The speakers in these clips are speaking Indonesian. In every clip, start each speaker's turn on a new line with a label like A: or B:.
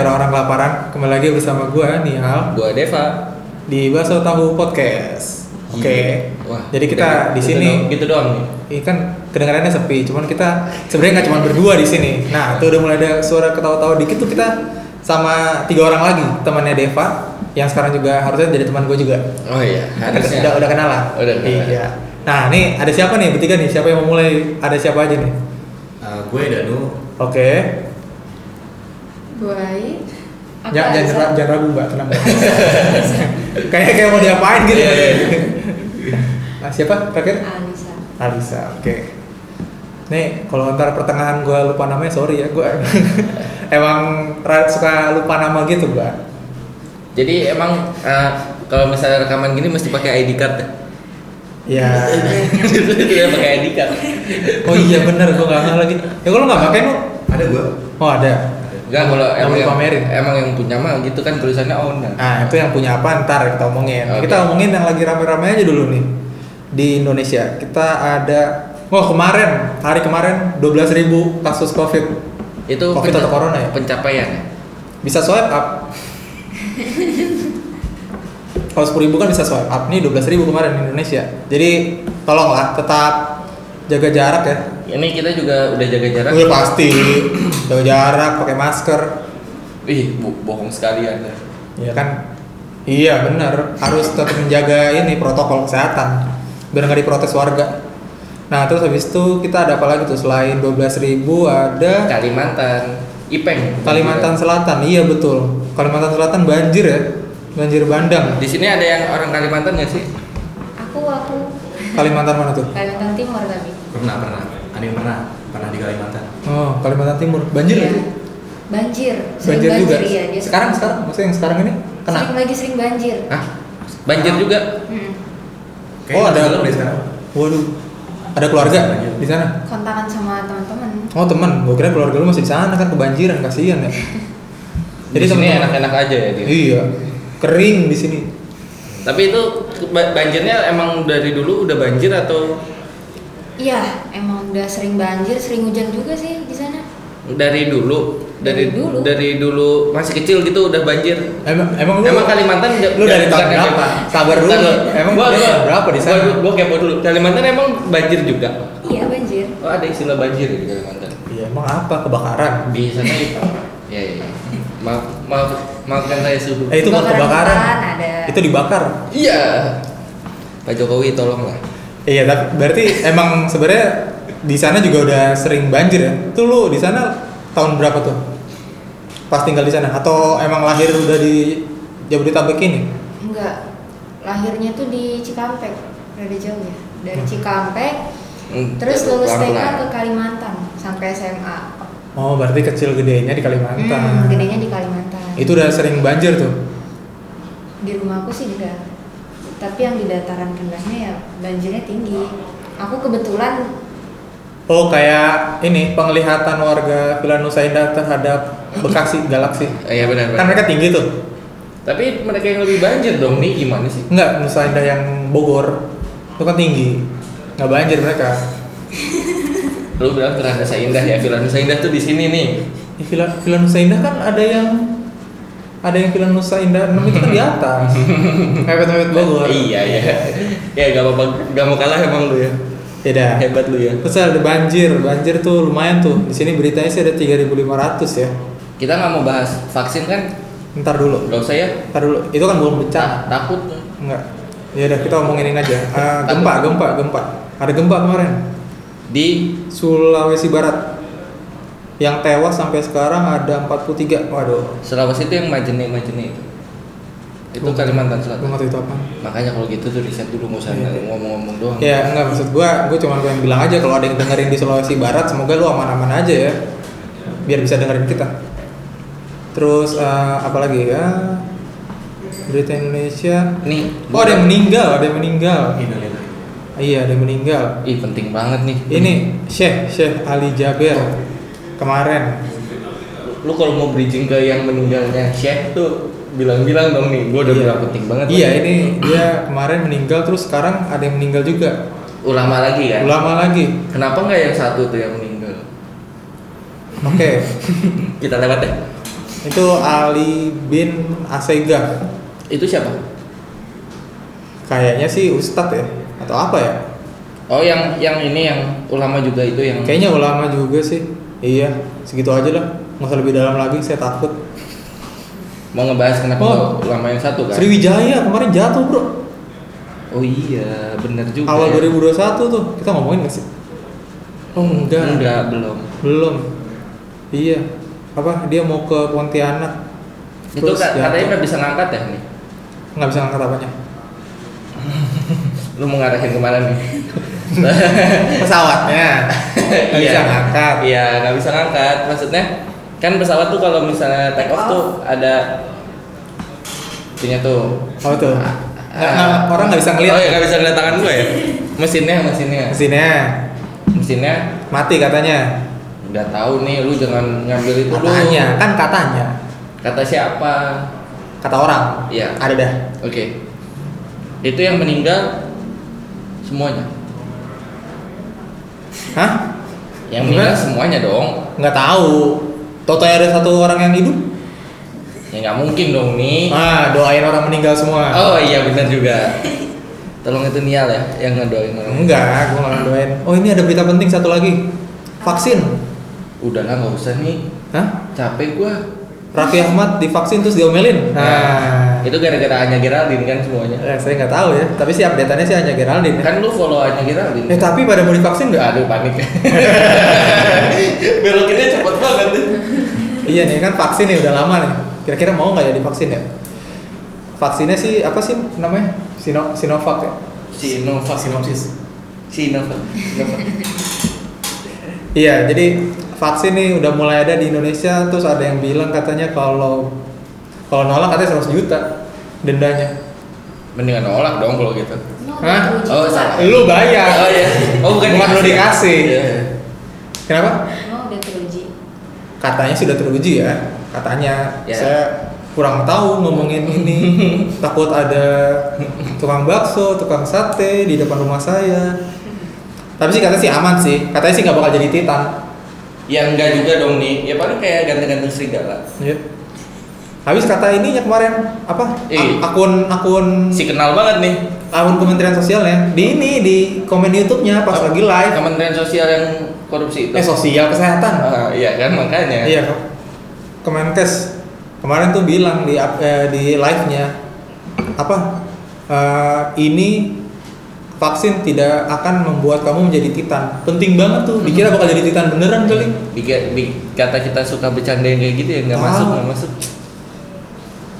A: kelaparan kembali lagi bersama gue Nihal
B: Gua Deva.
A: di Baso Tahu Podcast. Oke.
B: Iya. Wah.
A: Jadi kita di
B: gitu
A: sini
B: doang- gitu doang nih.
A: ini kan kedengarannya sepi, cuman kita sebenarnya nggak cuma berdua di sini. Nah, tuh udah mulai ada suara ketawa-tawa dikit tuh kita sama tiga orang lagi temannya Deva yang sekarang juga harusnya jadi teman gue juga.
B: Oh iya, harusnya.
A: Udah udah kenal lah.
B: Udah kenal.
A: Iya. Nah, nih ada siapa nih bertiga nih? Siapa yang mau mulai? Ada siapa aja nih?
C: Uh, gue Danu
A: Oke.
D: Baik. Aku
A: Ya, jangan,
D: Aiza.
A: jangan, jangan ragu mbak, tenang mbak. kayak kayak mau diapain gitu.
B: Iya, iya.
A: nah, siapa terakhir?
D: Alisa.
A: Alisa, oke. Nih, kalau ntar pertengahan gue lupa namanya, sorry ya, gue emang ra- suka lupa nama gitu mbak.
B: Jadi emang eh, kalau misalnya rekaman gini mesti pakai ID card. ya?
A: Ya,
B: Kita Iya, pakai ID card.
A: oh iya bener, gue nggak lagi. Ya kalau nggak pakai lu,
C: ada gue
A: oh ada.
B: Enggak kalau
A: Nggak
B: emang
A: boleh
B: yang,
A: pamerin.
B: emang yang punya mah gitu kan tulisannya owner.
A: Nah, itu yang punya apa ntar kita omongin.
B: Oke.
A: Kita omongin yang lagi rame-rame aja dulu nih di Indonesia. Kita ada Wah kemarin, hari kemarin 12.000 kasus COVID
B: Itu
A: Covid atau corona ya?
B: Pencapaian. ya?
A: Bisa swipe up Kalau 10.000 kan bisa swipe up Nih 12.000 kemarin di Indonesia Jadi tolonglah tetap jaga jarak ya
B: Ini kita juga udah jaga jarak.
A: Udah pasti Jaga jarak, pakai masker
B: Ih, bo- bohong sekali Anda.
A: Iya kan Iya bener Harus tetap menjaga ini protokol kesehatan Biar nggak diprotes warga Nah terus habis itu kita ada apa lagi tuh Selain 12.000 ada
B: Kalimantan, Ipeng.
A: Kalimantan Selatan Iya betul Kalimantan Selatan banjir ya Banjir bandang
B: Di sini ada yang orang Kalimantan nggak sih?
D: Aku aku
A: Kalimantan mana tuh?
D: Kalimantan Timur tapi.
C: pernah pernah ada yang pernah pernah di Kalimantan
A: Oh, Kalimantan Timur. Banjir
D: Iya.
A: itu?
D: Banjir. Sering
A: Banjir juga.
D: iya, dia
A: sekarang sekarang maksudnya yang sekarang ini kena.
D: Sering lagi sering banjir.
B: Hah? Banjir juga.
D: Hmm.
A: Oh, ada
C: belum deh sekarang
A: Waduh. Ada keluarga
C: Banjir.
A: di sana?
D: Kontakan sama teman-teman.
A: Oh, teman. Gua kira keluarga lu masih di sana kan kebanjiran, kasihan ya.
B: Jadi sini
A: teman-teman-
B: enak-enak aja ya dia.
A: Iya. Kering di sini.
B: Tapi itu ba- banjirnya emang dari dulu udah banjir atau
D: Iya, emang udah sering banjir, sering hujan juga sih di sana.
B: dari dulu dari,
D: Dari dulu.
B: dari dulu masih kecil gitu udah banjir.
A: Emang emang lu
B: Emang Kalimantan ja-
A: lu dari
B: ja-
A: tahun
B: bukan-
A: berapa? Sabar dulu.
B: Bukan, gua-
A: Emang
B: gitu? gua,
A: dari
B: gua,
A: tahun berapa di
B: gua-
A: sana?
B: Gua, gua kepo dulu. Kalimantan emang banjir juga.
D: Iya, banjir.
B: Oh, ada istilah banjir di Kalimantan.
A: Iya, emang apa kebakaran?
B: Di sana itu. Ya ya. ya. Maaf maaf maafkan saya suhu.
A: Eh itu bukan
D: Kebakaran
A: kebakaran.
D: hutan ada.
A: Itu dibakar.
B: Iya. Pak Jokowi tolonglah.
A: Iya, tapi berarti emang sebenarnya di sana juga udah sering banjir ya. Tuh lu di sana tahun berapa tuh? Pas tinggal di sana atau emang lahir udah di Jabodetabek ini?
D: Enggak. Lahirnya tuh di Cikampek. Rada jauh ya. Dari Cikampek
B: Hmm,
D: terus lulus TK
B: pelan-pelan.
D: ke Kalimantan sampai SMA.
A: Oh, berarti kecil gedenya di Kalimantan.
D: Hmm, gedenya di Kalimantan.
A: Itu udah sering banjir tuh.
D: di rumahku sih enggak tapi yang di dataran rendahnya ya banjirnya tinggi aku kebetulan
A: Oh, kayak ini penglihatan warga Villa Nusa Indah terhadap Bekasi Galaksi.
B: Eh, Iya benar
A: Kan
B: benar.
A: mereka tinggi tuh.
B: Tapi mereka yang lebih banjir dong nih gimana sih?
A: Enggak, Nusa Indah yang Bogor itu kan tinggi. Nggak banjir mereka.
B: Lu bilang terhadap saya indah ya, Villa Nusa Indah tuh di sini nih.
A: Di Villa, Villa Nusa Indah kan ada yang ada yang Villa Nusa Indah 6 itu kan di atas. Mepet-mepet Bogor.
B: Iya iya. Ya gak apa-apa, gak mau kalah emang lu ya.
A: Beda.
B: Hebat lu ya.
A: Terus ada banjir, banjir tuh lumayan tuh. Di sini beritanya sih ada 3.500 ya.
B: Kita nggak mau bahas vaksin kan?
A: Ntar dulu,
B: Gak usah ya.
A: ntar dulu. Itu kan belum pecah.
B: Ta- takut.
A: Enggak. Ya udah kita omongin ini aja. Ah, gempa, gempa, gempa. Ada gempa kemarin.
B: Di
A: Sulawesi Barat. Yang tewas sampai sekarang ada 43. Waduh.
B: Sulawesi itu yang majene majene itu. Itu
A: Gua-
B: Kalimantan
A: Gue
B: Selatan.
A: nggak tahu itu apa.
B: Makanya kalau gitu tuh riset dulu nggak usah
A: Iya.
B: ngomong-ngomong doang.
A: Ya enggak maksud gua, gua cuma pengen bilang aja kalau ada yang dengerin di Sulawesi Barat, semoga lu aman-aman aja ya. Biar bisa dengerin kita. Terus eh, apa lagi ya? Berita Indonesia.
B: Nih.
A: Oh, ada yang meninggal, ada yang meninggal.
C: Innalillahi.
A: Iya, ada yang meninggal.
B: Ih penting banget nih.
A: Ini Syekh Syekh Ali Jaber kemarin.
B: Lu kalau mau bridging ke yang meninggalnya Chef tuh bilang-bilang dong nih. Gua udah
A: Iya.
B: bilang penting banget.
A: Iya,
B: nih.
A: ini dia kemarin meninggal terus sekarang ada yang meninggal juga.
B: Ulama lagi kan.
A: Ulama lagi.
B: Kenapa nggak yang satu tuh yang meninggal?
A: Oke.
B: Kita lewat deh.
A: itu Ali bin Asegaf
B: Itu siapa?
A: kayaknya sih Ustadz ya atau apa ya
B: Oh yang yang ini yang ulama juga itu yang
A: kayaknya ulama juga sih iya segitu aja lah nggak usah lebih dalam lagi saya takut
B: mau ngebahas kenapa
A: Oh.
B: ulama yang satu kan?
A: Sriwijaya kemarin jatuh bro
B: Oh iya bener juga.
A: awal
B: ya.
A: 2021 tuh kita ngomongin nggak sih oh enggak
B: Enggak belum.
A: belum iya apa dia mau ke Pontianak
B: itu
A: Terus
B: ka-
A: jatuh.
B: katanya nggak bisa ngangkat ya nih.
A: nggak bisa ngangkat apanya
B: Lu mau ngarahin kemana nih?
A: pesawatnya nggak bisa
B: Iya.
A: ngangkat
B: Iya nggak bisa ngangkat. Maksudnya kan pesawat tuh kalau misalnya take off tuh ada punya tuh.
A: oh tuh Nggak- nggak-
B: Ah.
A: orang nggak bisa ngeliat
B: Oh iya nggak bisa ngeliat tangan gue ya. Mesinnya mesinnya
A: mesinnya
B: mesinnya
A: mati katanya
B: nggak tahu nih lu jangan ngambil itu dulu.
A: katanya kan katanya
B: Kata siapa?
A: kata orang
B: Iya.
A: ada dah
B: Oke. Itu yang meninggal semuanya.
A: hah
B: Yang
A: Gimana?
B: meninggal semuanya dong.
A: nggak tahu Toto ada satu orang yang hidup
B: Ya nggak mungkin dong nih.
A: ah doain orang meninggal semua
B: Iya. Oh iya benar juga. Tolong itu Nial ya yang ngedoain orang.
A: Enggak, gue nggak doain. Oh ini ada berita penting satu lagi. Vaksin.
B: Udahlah nggak usah nih.
A: Hah?
B: Capek gua.
A: Raffi Ahmad divaksin terus diomelin. Nah,
B: Itu gara-gara Anya Geraldine kan semuanya.
A: eh, saya nggak tahu ya. Tapi sih update-annya sih hanya Geraldine. ya.
B: Kan lu follow Anya Geraldine.
A: Eh tapi pada mau divaksin nggak?
B: Aduh panik. Belokinnya cepet banget.
A: Iya nih kan vaksin nih udah lama nih. Kira-kira mau nggak ya divaksin ya? Vaksinnya sih apa sih namanya? Sino Sinovac ya?
B: Sinovac.
A: Sinopsis.
B: Sinovac. Sinovac.
A: Iya, jadi vaksin nih udah mulai ada di Indonesia. Terus ada yang bilang katanya kalau kalau nolak katanya 100 juta dendanya.
B: Mendingan nolak dong kalau gitu.
D: Mau
A: Hah?
D: diuji
B: Oh,
D: coba.
B: salah.
A: Lu bayar.
B: Oh iya. Oh bukan,
A: Bukan lu dikasih.
B: Iya.
A: Kenapa?
D: Mau udah teruji.
A: katanya sudah teruji ya katanya
B: Ya.
A: saya kurang tahu ngomongin ini takut ada tukang bakso tukang sate di depan rumah saya tapi sih katanya sih aman sih katanya sih nggak bakal jadi titan
B: Yang Ya, enggak juga dong nih. Ya paling kayak ganteng-ganteng serigala.
A: ya. habis kata ini ya kemarin apa
B: Ih.
A: A- akun akun
B: Si kenal banget nih.
A: akun Kementerian Sosialnya di ini di komen YouTube-nya pas lagi live
B: Kementerian Sosial yang korupsi itu.
A: eh sosial kesehatan
B: Ah, iya kan makanya.
A: Iya, Kak. Kemenkes kemarin tuh bilang di up- eh, di live-nya apa eh, ini vaksin tidak akan membuat kamu menjadi titan. Penting banget tuh. Dikira
B: Hmm.
A: bakal jadi titan beneran kali.
B: Iya. Diga- di- kata kita suka bercandain kayak gitu ya nggak
A: Tahu.
B: masuk nggak masuk.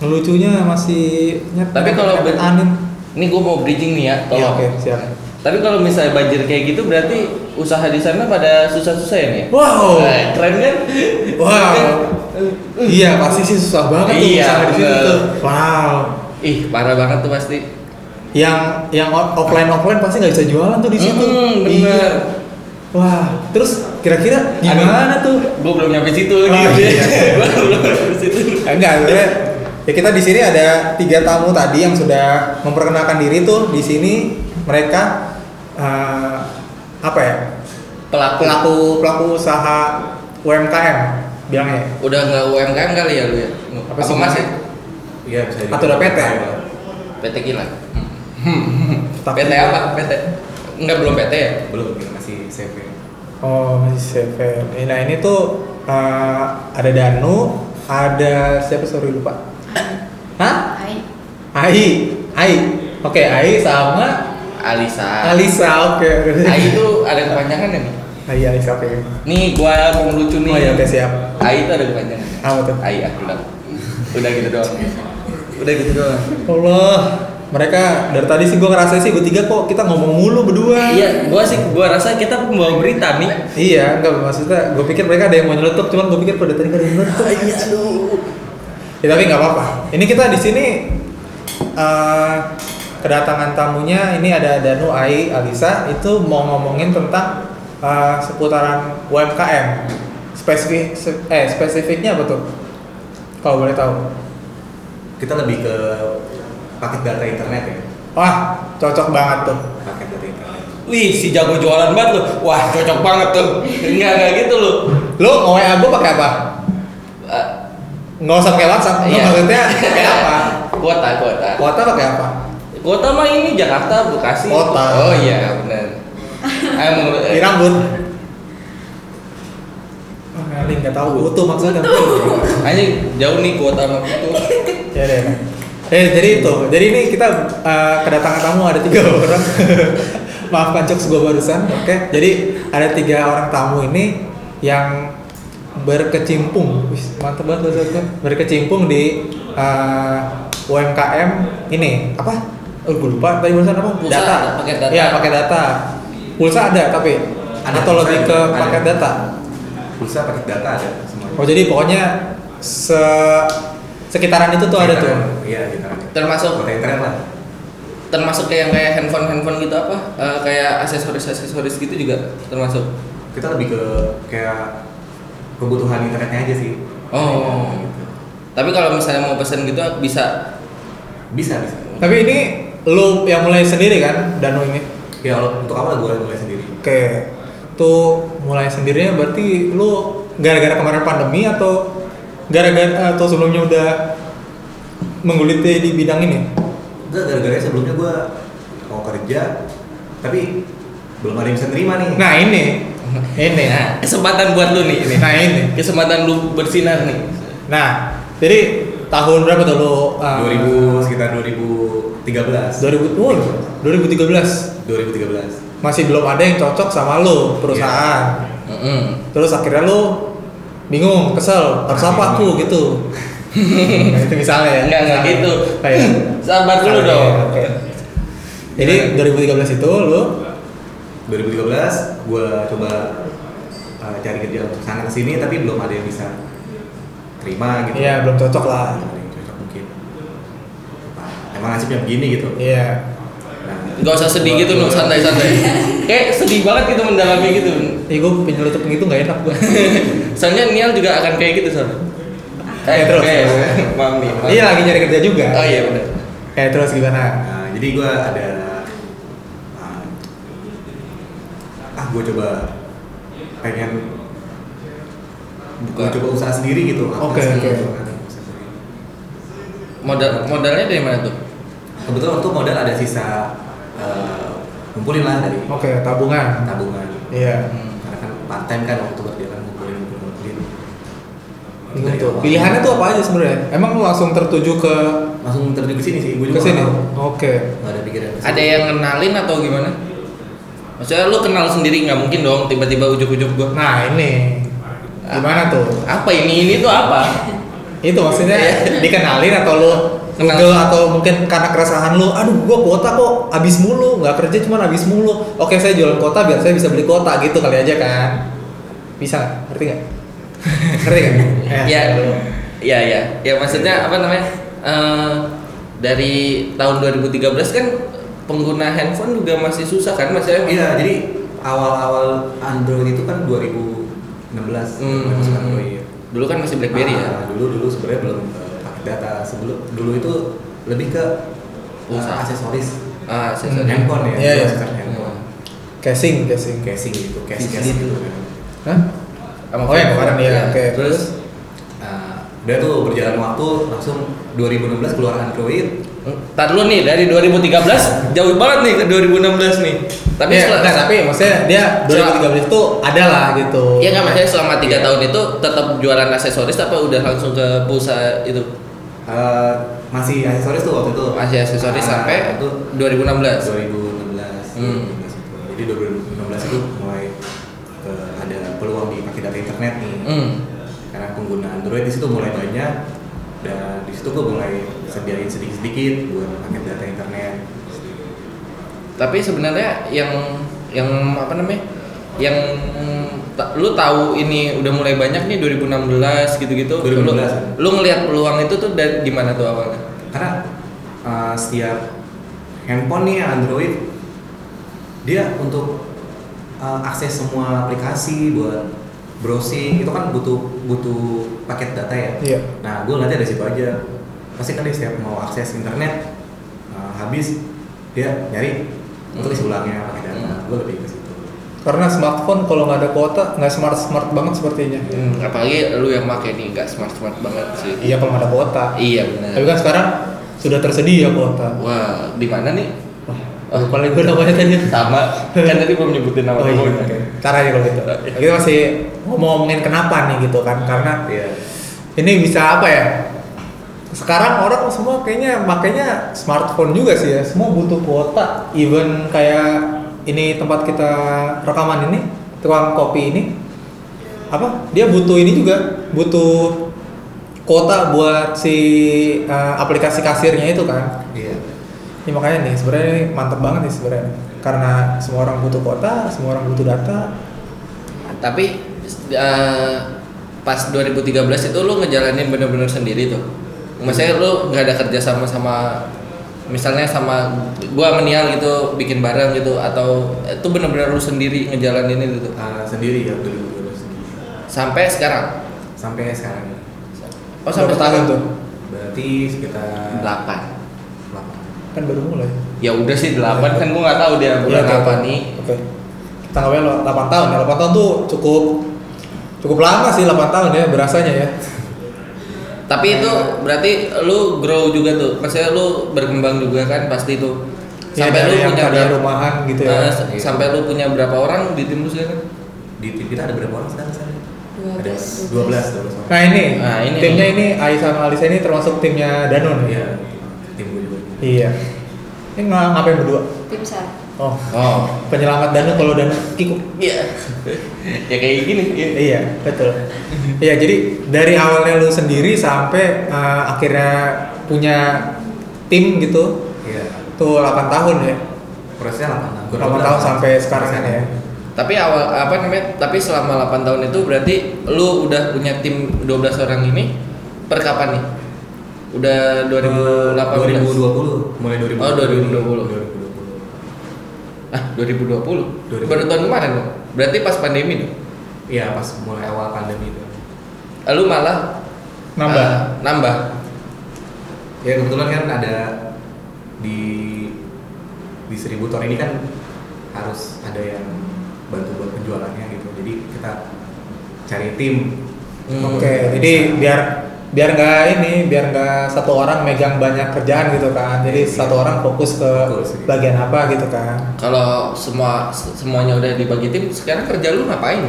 A: Ngelucunya masih nyet-
B: Tapi kalau
A: nyet-
B: ben-
A: anin.
B: Ini gue mau bridging nih
A: Iya,
B: ya, tolong.
A: oke, siap.
B: Tapi kalau misalnya banjir kayak gitu berarti usaha di sana pada susah-susah ya nih.
A: Wow.
B: keren kan?
A: Wow.
B: Kan?
A: Iya, pasti sih susah banget tuh
B: Iya,
A: usaha di situ
B: bener.
A: tuh. Wow.
B: Ih parah banget tuh pasti.
A: Yang yang offline offline pasti nggak bisa jualan tuh di situ.
B: Mm,
A: Iya.
B: bener.
A: Wah, terus kira-kira gimana
B: Aduh.
A: tuh?
B: Gue belum nyampe situ
A: Oh,
B: nih.
A: iya.
B: Gua belum nyampe situ.
A: Enggak, Eh, sebenarnya ya kita di sini ada tiga tamu tadi yang sudah memperkenalkan diri tuh di sini mereka eh, apa ya
B: Pelaku.
A: pelaku pelaku usaha UMKM bilangnya
B: Udah nggak UMKM kali ya lu ya?
A: Apa
B: Apa,
A: sih, Mas?
B: mas ya?
C: Iya bisa dibilang.
A: Atau udah PT?
B: PT kilat.
A: Tapi-
B: PT apa? PT? Enggak belum PT ya?
C: Belum, ya, masih CV.
A: oh masih CV Eh, nah ini tuh eh, ada Danu ada siapa sorry lupa hah
D: Hai.
A: Ai Ai oke Ai sama
B: Alisa.
A: Alisa oke
B: Ah. AI itu ada ya, kepanjangannya nih.
A: Ai Alisa oke
B: Nih gua mau lucu nih.
A: Oh, ya, oke, siap.
B: AI itu ada kepanjangannya.
A: Apa tuh?
B: AI ah, udah. Udah gitu doang. Udah gitu doang.
A: Ya Allah, mereka dari tadi sih gue ngerasa sih bertiga kok kita ngomong mulu berdua.
B: Iya, gua sih gua rasa kita pembawa berita nih.
A: Iya, enggak maksudnya gue pikir mereka ada yang mau nyeletuk, cuman gue pikir pada tadi nggak ada yang nyeletuk. Ya tapi nggak apa-apa. Ini kita di sini eh, kedatangan tamunya ini ada Danu Ai Alisa itu mau ngomongin tentang eh, seputaran UMKM. Spesifik se- eh spesifiknya apa tuh? Kalau boleh tahu.
C: Kita lebih ke paket data internet ya.
A: Wah, cocok banget tuh.
C: Paket data internet.
B: Wih, si jago jualan banget lu. Wah, cocok banget tuh. Enggak, enggak gitu lu.
A: Lo nge-WA gue pakai apa?
B: Eh,
A: nggak usah pakai WhatsApp. Nggak,
B: Iya.
A: Maksudnya pakai apa?
B: Kuota, kuota.
A: Kuota pakai apa?
B: Kuota mah ini Jakarta, Bekasi.
A: Kota.
B: Oh iya, benar. Ah, menurut
A: Di rambut. Oh, Melly nggak tahu butuh maksudnya.
B: Anjing jauh nih kuota gitu. sama itu.
A: Ya deh. Eh jadi itu, jadi ini kita eh, kedatangan tamu ada tiga orang. Maafkan jokes gue barusan. Oke, jadi ada tiga orang tamu ini yang berkecimpung, Wih, mantep banget bahasa gue. Berkecimpung di eh, UMKM ini apa? Oh, gue lupa tadi barusan apa?
B: Pulsa, paket data.
A: Iya pakai data. Pulsa ada tapi
C: Ada
A: atau
C: pulsa
A: lebih
C: ada.
A: ke
C: Ada.
A: paket data.
C: Bisa paket data ada semuanya.
A: Oh jadi pokoknya se sekitaran itu tuh ada tuh.
C: Iya, kita.
B: Termasuk
C: Kota internet lah.
B: termasuk kayak yang kayak handphone handphone gitu apa? Eh, kayak aksesoris aksesoris gitu juga termasuk.
C: Kita lebih ke kayak kebutuhan internetnya aja sih.
B: Oh.
C: Gitu.
B: Tapi kalau misalnya mau pesan gitu bisa.
C: Bisa, bisa.
A: Tapi ini lu yang mulai sendiri kan, Danu ini?
C: Ya, kalau untuk awal gue mulai sendiri.
A: Oke. Tuh mulai sendirinya berarti lu gara-gara kemarin pandemi atau gara-gara eh, atau sebelumnya udah mengguliti di bidang ini?
C: Enggak, gara-gara sebelumnya gue mau kerja, tapi belum ada yang bisa nerima nih.
A: Nah ini, ini,
B: Nah, kesempatan buat lu nih ini.
A: nah ini.
B: Kesempatan lu bersinar nih.
A: Nah, jadi tahun berapa tuh lu? uh,
C: 2000 sekitar 2013.
A: 2000, oh, 2013
C: 2013.
A: masih belum ada yang cocok sama lu perusahaan.
B: Mm-mm.
A: Terus akhirnya lu bingung, kesel, harus apa aku gitu. Nah, itu misalnya ya.
B: Enggak, enggak
A: Misalnya.
B: gitu.
A: Oh, iya.
B: Sabar dulu
A: Oke,
B: dong.
A: oke. Jadi 2013 itu lu
C: 2013 gue coba uh, cari kerja untuk sana ke sini tapi belum ada yang bisa terima gitu.
A: ya belum cocok lah.
C: Belum ada yang cocok mungkin. Nah, emang nasibnya begini gitu.
A: Iya.
C: Nah,
B: Gak usah sedih gitu
C: gua-
B: dong, santai-santai. Kayak sedih banget gitu mendalami gitu.
A: Ih gue penyelutup gitu nggak enak gue.
B: Soalnya Nial juga akan kayak gitu soalnya.
A: Ya, terus.
B: kayak- Maaf nih. maaf.
A: Iya lagi nyari kerja juga.
B: Oh iya benar.
A: Eh terus gimana?
C: Nah, jadi gue ada uh, ah gue coba pengen gue
B: Buka.
C: coba usaha sendiri gitu. apa
A: Oke,
C: sih,
A: oke.
C: gitu kan, usaha sendiri.
B: Modal modalnya dari mana tuh?
C: Kebetulan waktu modal ada sisa uh, kumpulin lah dari
A: Oke tabungan.
C: tabungan.
A: Iya.
B: Hmm.
C: Karena kan part time kan waktu kerja kan ngumpulin ngumpulin ngumpulin.
A: Bingung
C: Dari
A: tuh.
C: awal.
A: Gitu. Pilihannya tuh apa aja sebenarnya? Emang lu langsung tertuju ke
C: Langsung terjun ke sini sih,
A: ke
C: gue juga
A: sini?
C: nggak tahu.
A: Oke.
C: Nggak ada pikiran. ke sini.
B: Ada yang kenalin atau gimana? Maksudnya lu kenal sendiri nggak mungkin dong tiba-tiba ujuk-ujuk gua.
A: Nah ini gimana tuh?
B: Apa ini? Ini tuh apa?
A: itu maksudnya dikenalin atau lu
B: Iya. Kenal.
A: Google atau mungkin karena keresahan lu aduh gua kuota kok habis mulu nggak kerja cuma habis mulu oke saya jualan kuota biar saya bisa beli kuota gitu kali aja kan bisa nggak? ngerti nggak ngerti nggak
B: Iya. Iya, iya. Ya maksudnya apa namanya? Eh, dari tahun 2013 kan pengguna handphone juga masih susah kan maksudnya
C: Iya, jadi awal-awal Android itu kan 2016
B: Hmm.
C: masuk
A: Oh, iya.
C: Android.
B: dulu kan masih BlackBerry ya.
C: Ah, Dulu dulu sebenarnya belum eh, pakai data sebelum dulu itu lebih ke eh,
B: Usaha.
C: aksesoris
B: Ah, saya
A: Hmm.
C: handphone ya,
A: Iya, iya.
C: aksesoris handphone.
A: casing casing
C: Casing gitu, case
B: Hmm. Casing
C: case
B: gitu.
C: gitu kan.
A: Hah? Oh, yang kemarin, iya. Oke,
B: Ya, Terus Ah.
C: Nah, udah tuh berjalan waktu langsung 2016 keluar Android.
B: Ntar dulu nih dari 2013 jauh banget nih ke 2016 nih. Tapi
A: tapi ya,
B: sel-
A: nggak, tapi maksudnya dia
B: Selama-
A: 2013 itu ada lah gitu
B: Iya nggak maksudnya selama tiga
C: Iya.
B: tahun itu tetap jualan aksesoris apa udah langsung ke pulsa itu
C: Eh, masih aksesoris tuh waktu itu.
B: masih aksesoris
C: Ah,
B: sampai
C: itu
B: 2016.
C: 2016.
B: Hmm.
C: 2016 itu. Jadi 2016 itu mulai eh, ada peluang di pakai data internet nih.
B: Hmm.
C: Karena pengguna Android di situ mulai banyak dan di situ gue mulai sediain sedikit-sedikit buat paket data internet.
B: Tapi sebenarnya yang yang apa namanya? Yang ta- lu tahu ini udah mulai banyak nih 2016 gitu-gitu. Lu,
C: 2016.
B: lu ngelihat peluang itu tuh dari gimana tuh awalnya?
C: Karena eh, setiap handphone nih Android dia untuk eh, akses semua aplikasi buat browsing itu kan butuh butuh paket data ya.
A: iya
C: Nah, gue ngeliatnya dari situ aja. Pasti kan dia setiap mau akses internet eh, uh, habis dia nyari untuk isi ulangnya pakai data.
B: Hmm.
C: Gue lebih ke situ.
A: Karena smartphone kalau nggak ada kuota nggak smart smart banget sepertinya.
B: Hmm, apalagi lu yang pakai nih nggak smart smart banget sih.
A: Iya kalau nggak ada kuota.
B: Iya benar.
A: Tapi kan sekarang sudah tersedia kuota.
B: Wah, di mana nih? Oh.
A: Wah, lupa lagi gue namanya tadi.
B: Sama. Kan tadi belum nyebutin nama
A: Oh iya,
B: kamu.
A: oke. Ntar aja kalau gitu. Kita masih ngomongin kenapa nih gitu kan, karena
C: Iya.
A: ini bisa apa ya? Sekarang orang semua kayaknya makanya smartphone juga sih ya, semua butuh kuota. Even kayak ini tempat kita rekaman ini, tukang kopi ini, apa? Dia butuh ini juga, butuh kuota buat si eh, aplikasi kasirnya itu kan.
C: Iya.
A: Ya, makanya nih sebenarnya ini mantep banget nih sebenarnya karena semua orang butuh kuota, semua orang butuh data.
B: Tapi eh, pas 2013 itu lu ngejalanin bener-bener sendiri tuh. Maksudnya lu nggak ada kerja sama sama misalnya sama gua menial gitu bikin barang gitu atau itu bener-bener lu sendiri ngejalanin itu tuh.
C: Ah, sendiri ya 2012 sendiri.
B: Sampai sekarang.
C: Sampai sekarang ini.
B: Oh sampai
A: Berapa tahun
B: sekarang
A: tuh?
C: Berarti sekitar
B: 8.
C: delapan.
A: Kan baru mulai.
B: Ya udah sih 8 kan gua nggak tahu
A: Iya,
B: dia bulan
A: oke,
B: apa
A: oke.
B: nih.
A: Oke. Tanggalnya lo- 8 tahun. Ya, 8 tahun tuh cukup cukup lama sih 8 tahun ya berasanya ya. Iya.
B: Tapi itu berarti lu grow juga tuh. Maksudnya lu berkembang juga kan pasti tuh.
A: Ya,
B: Sampai
A: dari
B: lu
A: yang
B: punya
A: tadi
B: berapa-
A: rumahan gitu
B: Eh,
A: ya.
B: s- sampai lu punya berapa orang di tim lu sekarang?
C: Di tim kita ada berapa orang sekarang sana?
D: Dua
C: Ada
D: belas.
C: 12, 12 orang.
A: Nah ini,
B: Nah, ini.
A: timnya ini Aisyah sama Alisa ini termasuk timnya Danone
C: Iya,
A: ya.
C: tim gue juga.
A: Iya. Ini ng- ngapain berdua?
D: tim sar
A: Oh,
B: Oh.
A: penyelamat Danone kalau Danone kikuk.
B: Iya. ya kayak gini. Iya.
A: Iya, betul. Iya, jadi dari awalnya lu sendiri sampai uh, akhirnya punya tim gitu,
C: Iya.
A: tuh 8 tahun ya.
C: Prosesnya 8 tahun.
A: 8 tahun sampai sekarang ini
C: Eh,
A: ya.
B: Tapi awal apa namanya? Tapi selama 8 tahun itu berarti lu udah punya tim 12 orang ini per kapan nih? Udah
A: Eh,
B: 2018.
C: 2020, mulai 2020.
B: Oh, 2020.
C: 2020.
B: Ah, 2020.
C: 2020.
B: Baru tahun kemarin dong. Berarti pas pandemi dong.
C: Iya, pas mulai awal pandemi itu.
B: Lu malah
A: Nambah.
B: ah, nambah.
C: Ya kebetulan kan ada di distributor ini kan harus ada yang bantu buat penjualannya gitu. Jadi kita cari tim.
B: Hmm.
A: Ah, Oke, jadi biar biar nggak ini, biar nggak satu orang megang banyak kerjaan gitu kan.
B: Iya,
A: Jadi satu orang fokus ke
C: Fokus, iya.
A: bagian apa gitu kan.
B: Kalau semua semuanya udah dibagi tim, sekarang kerja lu ngapain?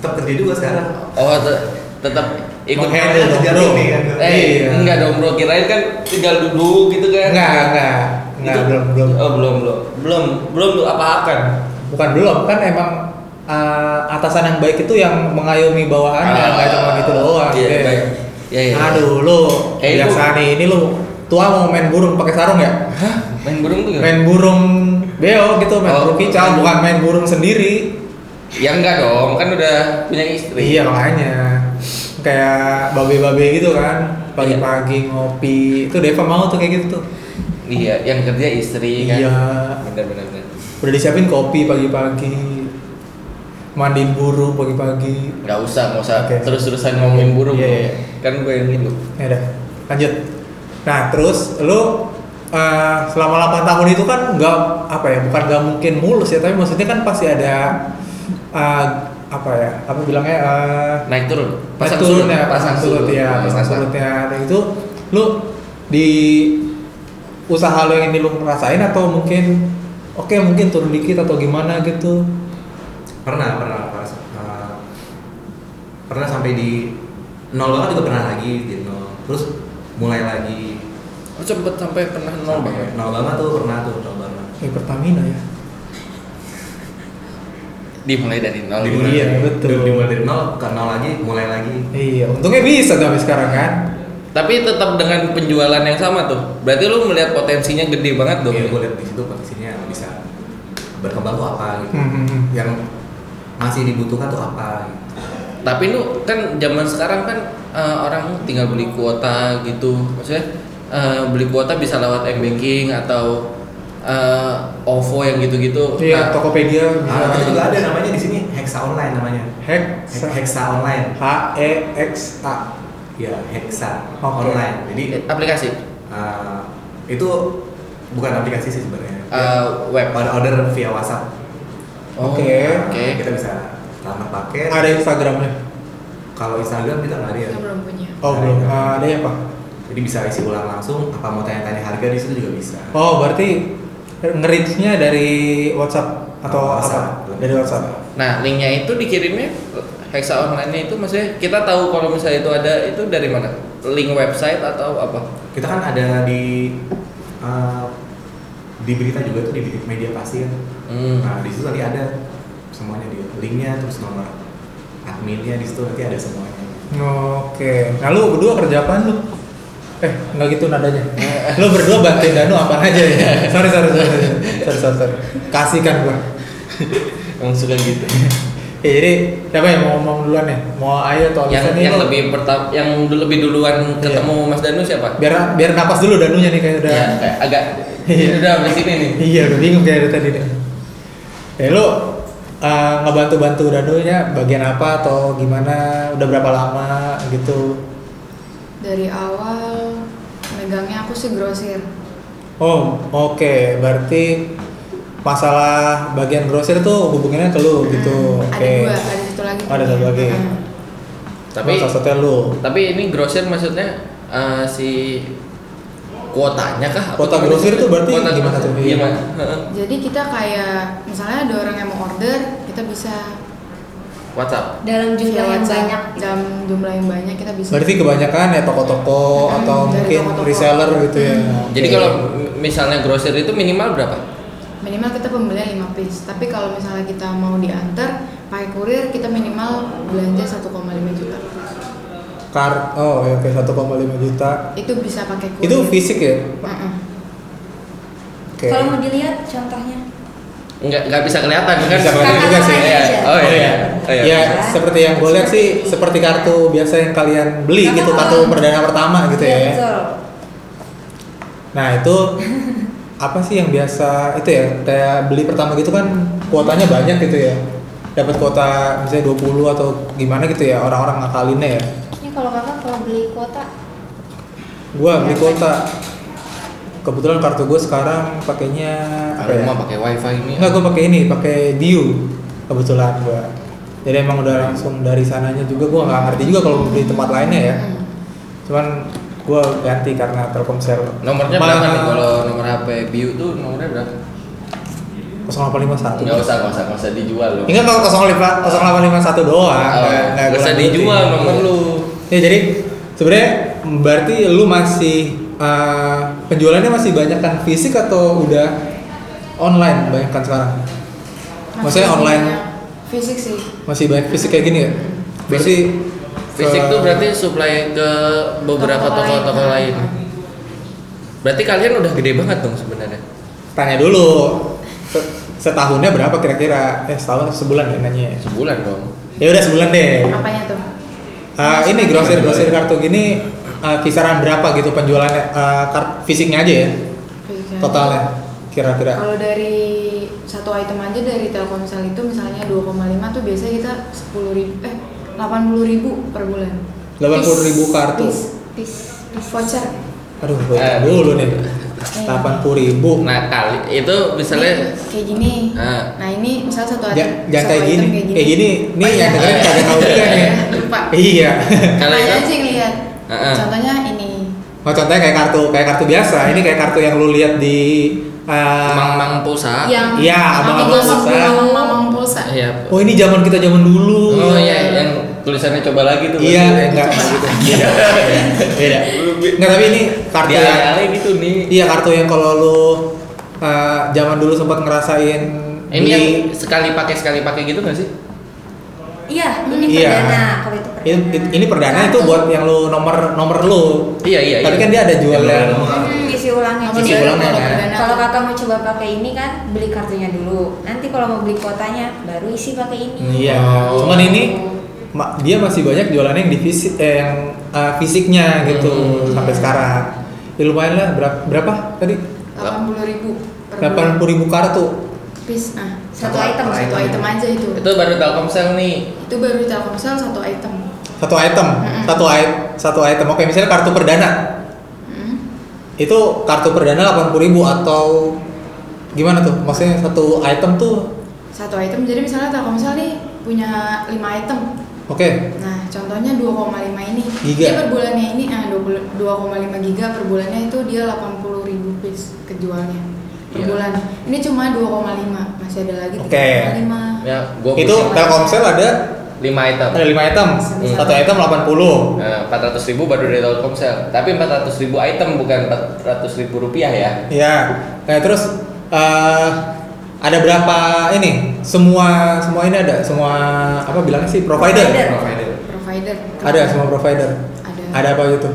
C: Tetap kerja juga sekarang.
B: Oh, te- tetap ikut
A: Menghandle dong,
C: kerja
A: bro.
C: ini kan.
B: Eh, enggak dong bro, kirain kan tinggal duduk gitu
A: Iya.
B: kan
A: Enggak, enggak. Enggak,
B: Itu-
A: belum, belum.
B: Oh, belum, belum Belum, belum lu apa akan
A: Bukan belum, kan emang uh, atasan yang baik itu yang mengayomi bawahannya, nggak cuma gitu doang.
B: Ah, Iya,
A: Iya.
B: baik Iya, iya
A: Aduh, lu
B: Eh,
A: biasa nih. Ini lu tua mau main burung pakai sarung ya?
B: Hah? Main burung tuh gimana?
A: Main burung beo gitu, main
B: Oh.
A: burung kicau, bukan main burung sendiri.
B: Ya enggak dong, kan udah punya istri
A: Iya makanya. Kayak babe-babe gitu kan, pagi-pagi ngopi. Itu Deva mau tuh kayak gitu tuh.
B: Iya, yang kerja istri kan
A: Iya.
B: Bener, bener, bener
A: Udah disiapin kopi pagi-pagi. Mandiin burung pagi-pagi.
B: Enggak usah, enggak usah
A: Oke.
B: terus-terusan ngomongin burung
A: Iya,
B: bro.
A: iya.
B: Kan gue yang gitu
A: Ya udah, lanjut. Nah, terus lu eh, selama 8 tahun itu kan nggak apa ya, bukan nggak mungkin mulus ya, tapi maksudnya kan pasti ada eh, apa ya, apa bilangnya eh,
B: Naik turun
A: naik turun ya, pasang surut ya,
B: Nah,
A: pasang surutnya. Dan itu lu di usaha lu yang ini lu ngerasain atau mungkin oke mungkin turun dikit atau gimana gitu.
C: Pernah, pernah, pernah. eh, pernah sampai di nol banget juga pernah lagi di nol. Terus mulai lagi
B: Lu sempet sampai pernah nol ya?
C: sampai
B: banget
C: nol banget tuh pernah tuh nol banget.
A: Kayak Pertamina ya.
B: Dimulai dari nol
A: Dimulai. Iya, betul.
C: Dimulai dari nol ke nol lagi, mulai lagi
A: Iya, untungnya bisa tapi sekarang kan.
B: Tapi tetap dengan penjualan yang sama tuh. Berarti lu melihat potensinya gede banget dong.
C: Iya, gue lihat di situ potensinya bisa berkembang tuh apa gitu.
A: Hmm, hmm, hmm.
C: Yang masih dibutuhkan tuh apa gitu.
B: Tapi lu kan zaman sekarang kan eh, orang tinggal beli kuota gitu. Maksudnya eh, beli kuota bisa lewat m-banking atau eh, OVO yang gitu-gitu.
A: Iya,
B: Nah,
A: Tokopedia
C: Ah,
A: bisa.
C: itu juga ada namanya di sini Hexa Online namanya.
A: Hack
C: He- Hexa Online.
A: H E X A.
C: Ya, Hexa
A: Oke.
C: Online. Jadi
B: aplikasi eh,
C: ah, itu bukan aplikasi sih sebenarnya.
B: eh, web.
C: Pada order via WhatsApp.
A: Iya.
C: Nah,
A: Oke.
C: kita bisa tamat
A: Eh,
C: paket
A: Ada Instagramnya?
C: kalau Instagram kita nggak ada ya
E: Kita belum punya.
A: Oh belum. Ah, ada ya pak?
C: jadi bisa isi ulang langsung apa mau tanya-tanya harga di situ juga bisa
A: Oh berarti nge-reach-nya dari WhatsApp atau
C: WhatsApp.
A: apa? Dari Oh, WhatsApp.
B: Nah, linknya itu dikirimnya Hexa online-nya itu maksudnya kita tahu kalau misalnya itu ada itu dari mana? Link website atau apa?
C: kita kan ada di eh, di berita juga tuh di media pasti kan
B: Hmm.
C: nah di situ nanti ada semuanya di linknya terus nomor adminnya di situ nanti ada semuanya
A: Oke. Nah lu berdua kerja apaan lu? Eh nggak gitu nadanya. lu berdua bantuin Danu apaan aja ya? sorry sorry sorry sorry sorry sorry. sorry. Kasihkan gua.
B: Yang suka gitu.
A: Ya, jadi siapa yang mau ngomong duluan ya? Mau ayo atau
B: yang
A: Alisa nih,
B: yang
A: lu?
B: lebih pertama yang dulu- lebih duluan ketemu
A: Iya.
B: Mas Danu siapa?
A: biar biar napas dulu Danunya nih kayak udah.
B: Ya, kayak agak
A: Iya.
B: ini udah sampai sini nih.
A: Iya udah bingung kayak dari tadi nih. Eh lu eh, ngebantu-bantu Danunya bagian apa atau gimana? Udah berapa lama gitu?
E: Dari awal megangnya aku sih grosir.
A: Oh, oke. Berarti masalah bagian grosir tuh hubungannya ke lu gitu.
E: Hmm,
A: Oke.
E: Ada dua, ada satu lagi.
A: Oh, ada satu lagi.
E: Hmm.
B: Tapi
A: Tapi salah satunya lu.
B: tapi ini grosir maksudnya eh, si kuotanya kah? Apa
A: Kuota
B: gimana
A: grosir
B: sih?
A: tuh berarti
B: Kuota
A: gimana
B: grosir.
A: tuh? Iya.
B: Gimana? Heeh.
E: Jadi kita kayak misalnya ada orang yang mau order, kita bisa
B: WhatsApp.
D: dalam
E: via
D: jumlah yang
E: WhatsApp.
D: banyak gitu.
E: dalam jumlah yang banyak kita bisa.
A: Berarti kebanyakan ya toko-toko
E: Hmm,
A: atau
E: dari
A: mungkin
E: toko-toko.
A: reseller gitu ya.
E: Hmm.
B: Jadi
A: Oke.
B: kalau misalnya grosir itu minimal berapa?
E: minimal kita pembelian 5 piece. Tapi kalau misalnya kita mau diantar pakai kurir kita minimal belanja 1,5 juta.
A: kart oh ya oke 1,5 juta.
E: Itu bisa pakai kurir.
A: Itu fisik ya?
E: Mm-mm.
A: Oke.
D: kalau mau dilihat contohnya
B: Nggak nggak bisa kelihatan kan?
A: Bisa kelihatan juga sih.
B: Iya. Oh iya. iya. Oh, iya.
A: Ya, seperti yang gue lihat sih seperti kartu biasa yang kalian beli gitu, kartu perdana pertama gitu ya.
D: Iya, betul.
A: Nah itu apa sih yang biasa itu ya kayak beli pertama gitu kan kuotanya banyak gitu ya dapat kuota misalnya 20 atau gimana gitu ya orang-orang ngakalinnya ya
D: ini kalau kakak kalau beli kuota
A: gua beli kuota kebetulan kartu gue sekarang pakainya apa
B: Kalau
A: ya
B: mau pakai wifi ini.
A: enggak gue pakai ini pakai Dio kebetulan gua jadi emang udah langsung dari sananya juga gua nggak ngerti juga kalau beli tempat lainnya ya
D: Hmm.
A: cuman gua ganti karena Telkomsel
B: Nomornya
A: Ma-
B: berapa nih kalau nomor HP Bio tuh nomornya berapa?
A: 0851
B: Enggak usah, enggak usah, nggak usah dijual loh.
A: Ingat kalau 08 0851 doang.
B: Oh,
A: nggak- nggak
B: nggak usah
A: kurang
B: dijual
A: lebih.
B: nomor lu.
A: Ya jadi sebenarnya berarti lu masih eh, penjualannya masih banyakkan fisik atau udah online banyakkan sekarang? Maksudnya
E: Masih
A: online
E: banyak. fisik sih.
A: masih banyak fisik kayak gini ya? Berarti eh,
B: Fisik
A: ke-
B: tuh berarti supply ke beberapa
E: Toko-toko
B: toko-toko lain.
E: lain.
B: Berarti kalian udah gede banget dong sebenarnya.
A: tanya dulu se- setahunnya berapa kira-kira? Eh setahun atau sebulan ya nanya. ya?
B: Sebulan dong.
A: Ya udah sebulan deh.
E: Apanya tuh?
A: Eh, ini grosir grosir kartu gini eh, kisaran berapa gitu penjualannya eh, kart- fisiknya aja ya?
E: Fisik.
A: totalnya kira-kira
E: Iya. Kalau dari satu item aja dari Telkomsel itu misalnya 2,5 tuh biasanya kita 10 ribu, eh 80 ribu per bulan.
A: 80 ribu kartu
E: Bis-
D: bis bis
E: Voucher.
A: aduh gue hitung
B: Aduh.
A: dulu nih 80 ribu
B: Eh. Nah, kali itu misalnya
E: Ini kayak gini.
B: Ah.
E: Nah, ini misalnya satu item.
A: Ja- jangan
E: satu
A: kayak
E: item
A: gini kayak gini nih yang dengerin kagak tahu juga nih
E: Lupa.
A: iya
B: kalian kan
E: Makanya sih ngeliat.
B: Ah, ah.
E: Contohnya ini.
A: oh contohnya kayak kartu kayak kartu biasa ini kayak kartu yang lu lihat di eh,
B: mang-mang pulsa.
E: Yang
A: iya, abang-abang pulsa.
E: Mamang pulsa.
B: Iya.
A: oh ini zaman kita zaman dulu
B: Oh iya, yang Iya. tulisannya coba lagi tuh.
A: iya
B: berarti.
A: eh, enggak enggak gitu beda beda enggak tapi ini kartu
B: Di
A: yang
B: area gitu nih.
A: iya kartu yang kalau lu eh, zaman dulu sempat ngerasain
B: Eh, Ini
A: beli-
B: yang sekali pakai sekali pakai gitu nggak sih?
D: iya ini
A: Iya.
D: perdana kalau itu
A: ini,
D: perdana
A: ini perdana itu buat yang lu nomor nomor lu
B: Iya iya.
A: tapi
B: iya.
A: kan dia ada jualan
C: Yang nomor dua.
D: Hmm, isi ulangnya
E: Nomor
A: Isi
D: Jadi,
E: dua
A: ulangnya,
E: kalau
A: kan?
E: perdana.
D: kalau kakak mau coba pakai ini kan beli kartunya dulu nanti kalau mau beli kuotanya baru isi pakai ini
A: iya
B: Oh.
A: cuman ini ma- dia masih banyak jualannya yang di fisik eh, yang eh, fisiknya gitu
B: Hmm.
A: sampai sekarang ya lumayan lah berapa, berapa tadi
E: 80 ribu per bulan.
A: 80 ribu kartu
E: Piece. Ah,
D: satu item
C: Satu
E: satu item aja itu.
B: itu baru Telkomsel nih.
E: Itu baru di Telkomsel satu item.
A: satu item
E: Mm-mm.
A: satu item satu item oke misalnya kartu perdana
E: Hmm.
A: itu kartu perdana 80 ribu atau gimana tuh maksudnya satu item tuh
D: satu item jadi misalnya Telkomsel nih punya 5 item
A: Oke,
D: nah contohnya 2,5 ini
A: Giga.
D: dia per bulannya ini ah 20 2,5 giga per bulannya itu dia 80 ribu piece kejualnya per
B: Iya.
D: bulan ini cuma 2,5 masih ada lagi 3,5
A: Oke.
B: Ya, gua
A: itu
B: pusing.
A: Telkomsel ada
B: 5 item.
A: ada 5 item.
D: Sebisa.
A: Satu item 80.
B: Eh, Empat ratus ribu baru dari Telkomsel, tapi 400.000 ribu item bukan 400.000 ribu rupiah ya.
A: Iya. Nah, terus eh ada berapa ini? Semua semua ini ada semua apa bilangnya sih provider.
F: Provider.
C: provider
D: provider
A: Ada semua provider.
D: Ada.
A: Ada apa gitu?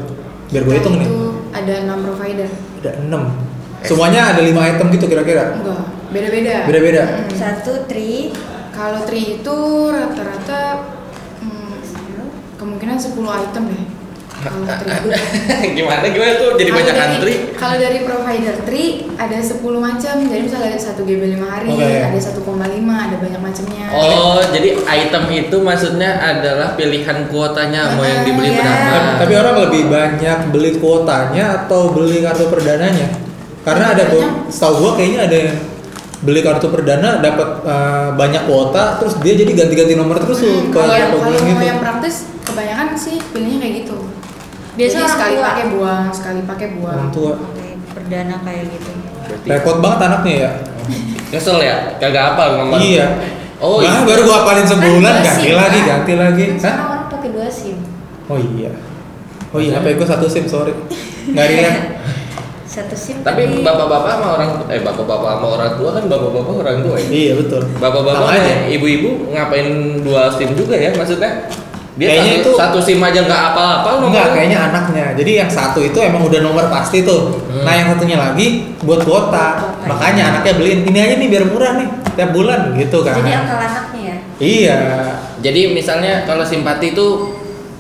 A: Biar gue hitung nih.
D: itu ada 6 provider
A: Ada 6. Semuanya ada 5 item gitu kira-kira.
D: enggak beda-beda
A: Beda-beda?
D: Mm.
F: Satu, tri,
D: Kalau tri itu rata-rata hmm, kemungkinan 10 item ya. Kalau tri itu.
B: gimana gimana tuh jadi
D: Kalau
B: banyak
D: dari-
B: antri.
D: Kalau dari provider tri ada 10 macam. Jadi misalnya ada 1 GB 5 hari,
A: Oke.
D: ada 1,5, ada banyak macamnya.
B: Oh, jadi item itu maksudnya adalah pilihan kuotanya mau yang dibeli
D: Ah, ya.
B: berapa.
A: iya. Tapi- Tapi orang lebih banyak beli kuotanya atau beli kartu perdananya? Karena ada
D: Banyak.
A: be- setahu gua kayaknya ada yang beli kartu perdana dapat eh, banyak kuota terus dia jadi ganti-ganti nomor terus tuh
D: Hmm,
A: ke
D: kalau
A: berapa
D: yang kalau
A: bulan
D: mau
A: gitu.
D: yang praktis kebanyakan sih pilihnya kayak gitu.
F: Biasa
D: Jadi
F: orang
D: sekali
F: tua.
D: pakai buang, sekali pakai buang.
A: Orang tua.
F: perdana kayak gitu.
B: Berarti
A: Repot banget anaknya ya.
B: Kesel ya, kagak apa ngomong.
A: Iya.
B: Oh,
A: Bah,
B: iya.
A: baru gua apalin sebulan
F: Kan dua
A: ganti
F: SIM,
A: lagi,
F: kan?
A: ganti lagi. Hah?
F: Sekarang orang pakai dua SIM.
A: Oh iya. Oh iya, HP gua satu SIM, sorry. Nggak relate.
F: Satu SIM
B: Tapi
F: tadi-
B: bapak-bapak sama orang eh bapak-bapak sama orang tua kan bapak-bapak orang tua ya.
A: Iya, betul.
B: Bapak-bapak
A: Sama aja.
B: sama ibu-ibu ngapain dua SIM juga ya maksudnya? Dia
A: Kayaknya
B: satu,
A: itu-
B: satu SIM aja nggak apa-apa nomornya.
A: Enggak, kayaknya anaknya. Jadi yang satu itu emang udah nomor pasti tuh.
B: Hmm.
A: Nah, yang satunya lagi buat kuota.
F: Kuota.
A: Makanya anaknya beliin ini aja nih biar murah nih tiap bulan gitu kan.
F: Jadi akal anaknya ya.
A: Iya,
B: Jadi misalnya kalau simpati itu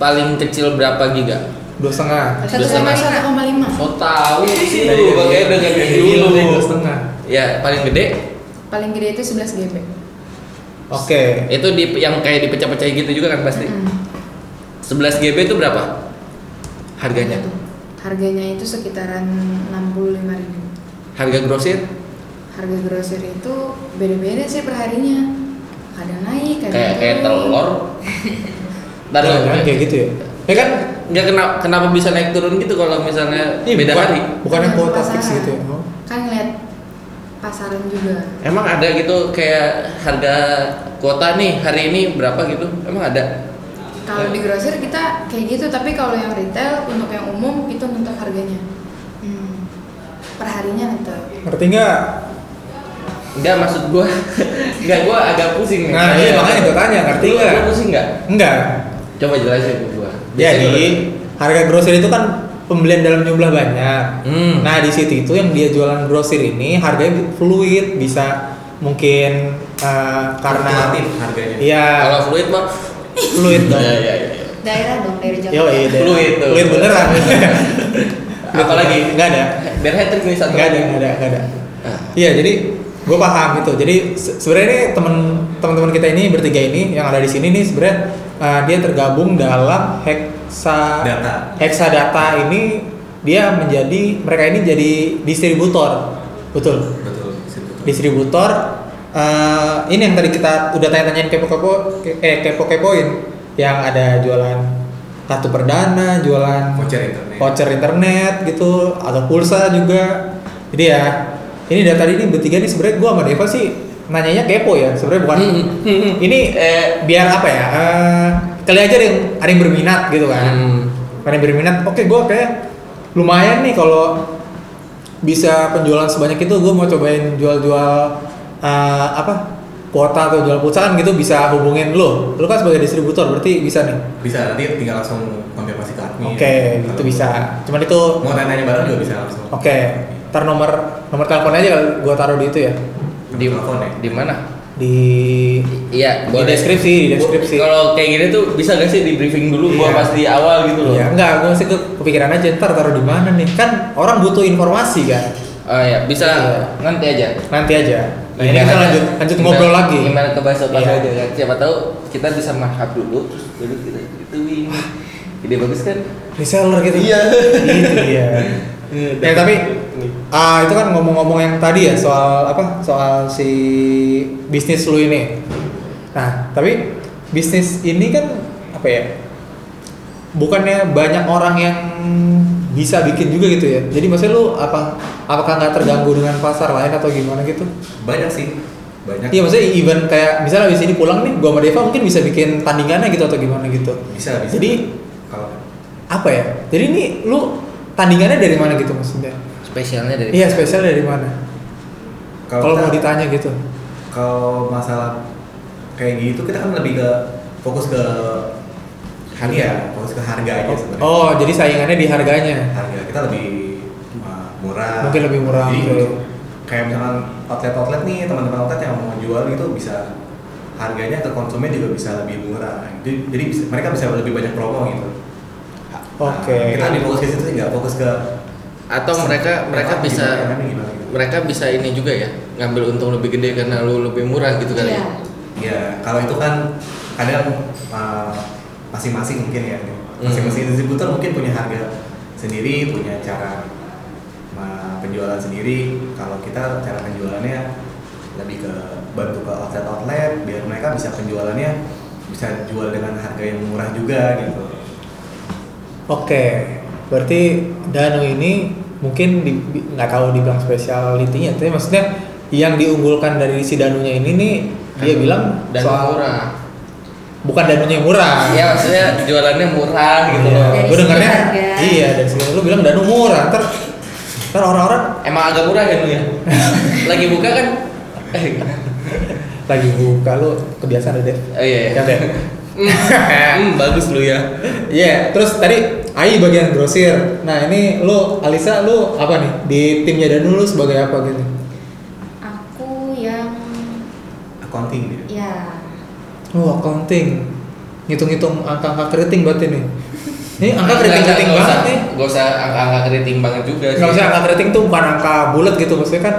B: paling kecil berapa giga?
A: dua setengah.
D: Satu
B: Biasa
D: koma
B: mah.
D: satu koma lima.
B: Oh tahu sih
A: Dari-
B: lu pakai udah ngerti
A: dari
B: dulu.
A: dari dua setengah.
B: Ya paling gede
D: Paling gede itu 11 GB.
A: Oke.
B: itu di yang kayak dipecah-pecah gitu juga kan pasti.
D: Mm-mm.
B: 11 GB itu berapa? Harganya?
D: Harganya itu sekitaran 65 ribu.
B: Harga grosir?
D: Harga grosir itu beda-beda sih perharinya. Kadang naik, kadang
B: Kayak kayak
D: turun.
B: telur. Dan
A: Jangan- jangan kayak gitu ya. Ya kan
B: nggak kenapa kenapa bisa naik turun gitu kalau misalnya
A: ini
B: beda
A: bukan,
B: hari?
A: bukannya
D: Tergantung
A: kuota fix
D: pasaran.
A: gitu ya. Oh.
D: Kan ngeliat pasaran juga.
B: Emang ada gitu kayak harga kuota nih hari ini berapa gitu? Emang ada?
D: Kalau di grosir kita kayak gitu, tapi kalau yang retail untuk yang umum itu mentok harganya. Hmm. Perharinya mentok.
A: Ngerti nggak?
B: Enggak maksud gua. Enggak gua agak pusing nih.
A: Nah, iya makanya gue tanya, ngerti
B: Lu-
A: nggak?
B: lu pusing enggak?
A: Enggak.
B: Coba jelasin ke gua. Biasanya
A: Jadi harga grosir itu kan pembelian dalam jumlah banyak.
B: gua- Hmm.
A: Nah di situ itu yang dia jualan grosir ini harganya fluid bisa mungkin eh, karena
C: fluktuatif harganya
A: ya
B: Nah, kalau fluid mah
A: fluid dong.
B: Iya, iya, iya.
F: Daerah dong, daerah Jakarta.
A: Yo iya deh.
B: Fluid tuh.
A: Fluid beneran.
B: Apalagi?
A: nggak ada,
B: Biar hat-trick nih satu.
A: nggak ada, nggak ada, nggak ada.
B: Ah.
A: Iya jadi gue paham gitu. Jadi se- sebenarnya ini temen teman-teman kita ini bertiga ini yang ada di sini nih sebenarnya eh, dia tergabung dalam heksa
C: Data.
A: Heksadata ini dia menjadi mereka ini jadi distributor betul
C: betul sip, betul.
A: distributor eh, ini yang tadi kita udah tanya-tanyain kepo-kepo ke- eh kepo-kepoin yang ada jualan kartu perdana, jualan
C: voucher internet
A: voucher internet gitu atau pulsa juga. Jadi ya ini dari tadi ini bertiga nih sebenarnya gua sama Deva sih nanyanya kepo ya sebenarnya bukan
B: Hmm, hmm, hmm.
A: ini eh, biar apa ya eh, kali aja ada yang ada yang berminat gitu kan
B: Hmm.
A: ada yang berminat oke gua kayak lumayan nih kalau bisa penjualan sebanyak itu gue mau cobain jual-jual eh, apa kuota atau jual pulsaan gitu bisa hubungin lo lo kan sebagai distributor berarti bisa
B: Iya.
A: nih
C: bisa nanti tinggal langsung konfirmasi ke admin
A: oke
C: Kalau
A: itu bisa cuman itu
C: mau tanya-tanya barang juga bisa langsung
A: oke ntar nomor nomor telepon aja kalau gue taruh di itu ya
B: Di
C: telepon ya
B: Di mana?
A: di
B: Iya,
A: Di
B: boleh.
A: deskripsi, di deskripsi.
B: Kalau kayak gini tuh bisa gak sih di briefing dulu gua
A: Iya.
B: pas di awal gitu loh.
A: ya enggak gue sih ke- kepikiran aja ntar taruh di mana nih kan orang butuh informasi kan
B: Oh ya, bisa
A: Iya.
B: nanti aja.
A: nanti aja nah ini kita lanjut lanjut ngobrol lagi
B: Gimana ke bahasa
A: Iya.
B: aja kan? Siapa tahu kita bisa markup dulu terus baru kita gituin. Ide bagus kan?
A: reseller gitu iya gitu ya Ya tapi ah itu kan ngomong-ngomong yang tadi ya soal apa soal si bisnis lu ini. Nah tapi bisnis ini kan apa ya? Bukannya banyak orang yang bisa bikin juga gitu ya? Jadi maksudnya lu apa? Apakah nggak terganggu dengan pasar lain atau gimana gitu?
C: banyak sih banyak
A: Iya maksudnya even kayak misalnya abis ini pulang nih, gua sama Deva mungkin bisa bikin tandingannya gitu atau gimana gitu.
C: bisa bisa
A: Jadi
C: kalau
A: apa ya? Jadi ini lu tandingannya dari mana gitu maksudnya?
B: Spesialnya dari
A: Iya spesial dari mana? Kalau
C: kita-
A: mau ditanya gitu.
C: kalau masalah kayak gitu kita kan lebih ke fokus ke harga ya fokus ke harga aja sebenarnya
A: Oh, jadi saingannya di harganya.
C: harga kita lebih uh, murah
A: Mungkin lebih murah, gitu.
C: jadi
A: betul.
C: untuk kayak misalkan outlet outlet nih teman-teman outlet yang mau jual gitu bisa harganya ke konsumen juga bisa lebih murah jadi, jadi bisa- mereka bisa lebih banyak promo gitu Nah,
A: Oke.
C: kita lebih fokus ke situ sih nggak fokus ke
B: atau mereka mereka
C: gimana,
B: bisa
A: kan
C: gimana, gimana gitu.
B: mereka bisa ini juga ya ngambil untung lebih gede karena lu lebih murah gitu kali
D: Iya.
B: ya.
C: Ya, kalau itu kan kadang uh, masing-masing mungkin ya. Masing-masing
B: Hmm.
C: distributor mungkin punya harga sendiri, punya cara uh, penjualan sendiri. Kalau kita cara penjualannya lebih ke bantu ke outlet outlet biar mereka bisa penjualannya bisa jual dengan harga yang murah juga gitu.
A: Oke. Berarti Danu ini mungkin di- di- nggak tahu dibilang speciality-nya, tapi maksudnya yang diunggulkan dari si Danunya ini nih dia
B: Kan
A: bilang
B: dan
A: soal
B: murah.
A: bukan Danunya yang murah.
B: Iya maksudnya jualannya murah gitu
A: Iya.
B: loh.
D: Dari
A: Gue dengernya
D: segi harga.
A: iya dari segi lu bilang Danu murah. Ntar ntar orang-orang
B: Emang agak murah ya lu ya. Lagi buka kan.
A: iya,
B: Eh,
A: lagi buka lu kebiasaan deh.
B: Oh iya. iya.
A: Iya deh.
B: Hmm, bagus lu ya.
A: Iya, terus tadi AI bagian grosir. Nah, ini lu Alisa lu apa nih? Di timnya Danu lu sebagai apa gitu?
D: Aku yang
C: Accounting gitu.
D: ya
A: Oh, accounting. Ngitung-ngitung angka-angka keriting berarti nih. Ini angka keriting-keriting
B: Nggak usah-
A: banget nih.
B: Nggak usah angka-angka keriting banget juga sih.
A: Enggak usah angka keriting tuh bukan angka bulat gitu maksudnya kan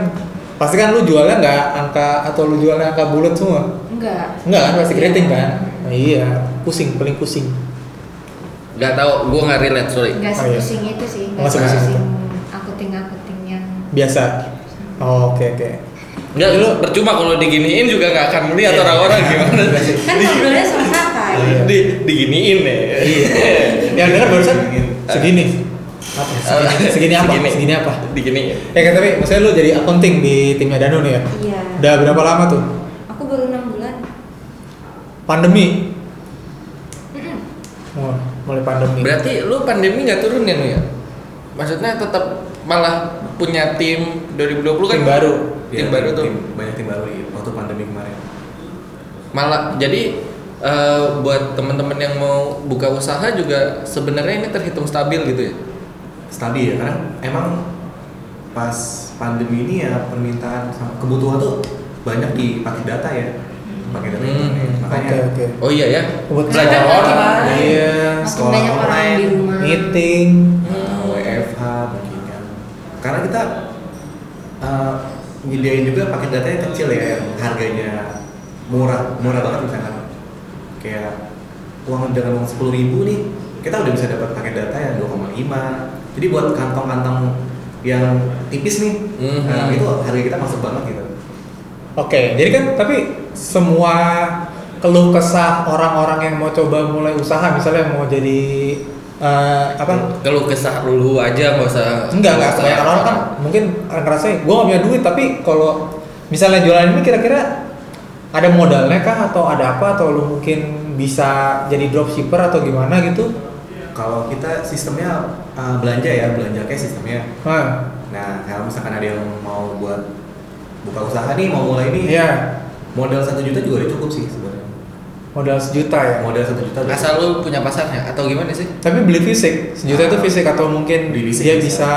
A: pasti kan lu jualnya nggak angka atau lu jualnya angka bulat semua.
D: enggak.
A: Enggak kan pasti keriting
D: Iya.
A: kan? Nah, iya, pusing paling pusing.
B: Nggak tahu, gue nggak relate sorry.
D: Enggak
A: Oh, iya.
D: sepusing itu sih, enggak
A: Nggak sepusing
D: sepusing
A: itu.
D: aku ting aku ting yang
A: Biasa. Oh, Oke, oke.
B: Nggak, lu percuma kalau diginiin juga nggak akan melihat
A: Iya.
B: orang-orang gimana.
D: kan ngobrolnya sama kakak.
A: Iya.
B: Di, diginiin ya.
A: Yang dengar barusan segini. Apa? Segini, segini apa?
B: Eh, Segini.
A: Segini apa?
B: diginiin.
A: Eh kan tapi maksudnya lu jadi accounting di timnya Danone ya?
D: Iya.
A: Udah berapa lama tuh?
D: Aku baru enam bulan.
A: Pandemi. Wah, mulai pandemi.
B: Berarti lu pandemi nggak turun ya lu ya? Maksudnya tetap malah punya tim 2020 kan
A: Tim baru. Iya,
B: Tim
C: Ya,
B: baru tuh.
C: tim- banyak tim baru ya, waktu pandemi kemarin.
B: Malah jadi eh, buat teman-teman yang mau buka usaha juga sebenarnya ini terhitung stabil gitu ya.
C: stabil ya karena emang pas pandemi ini ya permintaan sama kebutuhan tuh banyak di pakai data ya pakai data
B: Hmm.
C: internet. makanya
A: Oke, oke.
B: Oh iya ya.
A: Buat
B: Belajar
A: sekolah
B: online.
A: Iya.
D: Makin
C: sekolah
D: banyak orang
C: online,
D: di rumah.
A: Meeting.
C: uh, WFH mungkin kan karena kita uh, nyediain juga pakai datanya kecil ya yang harganya murah murah banget misalkan kayak uang dengan uang sepuluh ribu nih kita udah bisa dapat pakai data yang 2,5 jadi buat kantong-kantong yang tipis nih
B: Mhm.
C: nah, itu harga kita masuk banget gitu
A: Oke, jadi kan tapi semua keluh kesah orang-orang yang mau coba mulai usaha misalnya mau jadi eh, apa?
B: Kalau kesah lu aja nggak usah.
A: Enggak, enggak.
B: usah- ya.
A: Kebanyakan orang kan mungkin ngerasa gue gak punya duit, tapi kalau misalnya jualan ini kira-kira ada modalnya kah atau ada apa atau lu mungkin bisa jadi dropshipper atau gimana gitu?
C: kalau kita sistemnya uh, belanja ya belanja kayak sistemnya
A: Hah,
C: nah kalau misalkan ada yang mau buat buka usaha nih mau mulai nih
A: iya.
C: modal satu juta juga udah cukup sih sebenarnya
A: Modal sejuta ya.
C: modal satu juta udah
B: Asal
C: cukup.
B: lu punya pasarnya atau gimana sih?
A: Tapi beli fisik, sejuta itu fisik atau mungkin
C: Ah. Beli fisik
A: dia
C: bisa.
A: bisa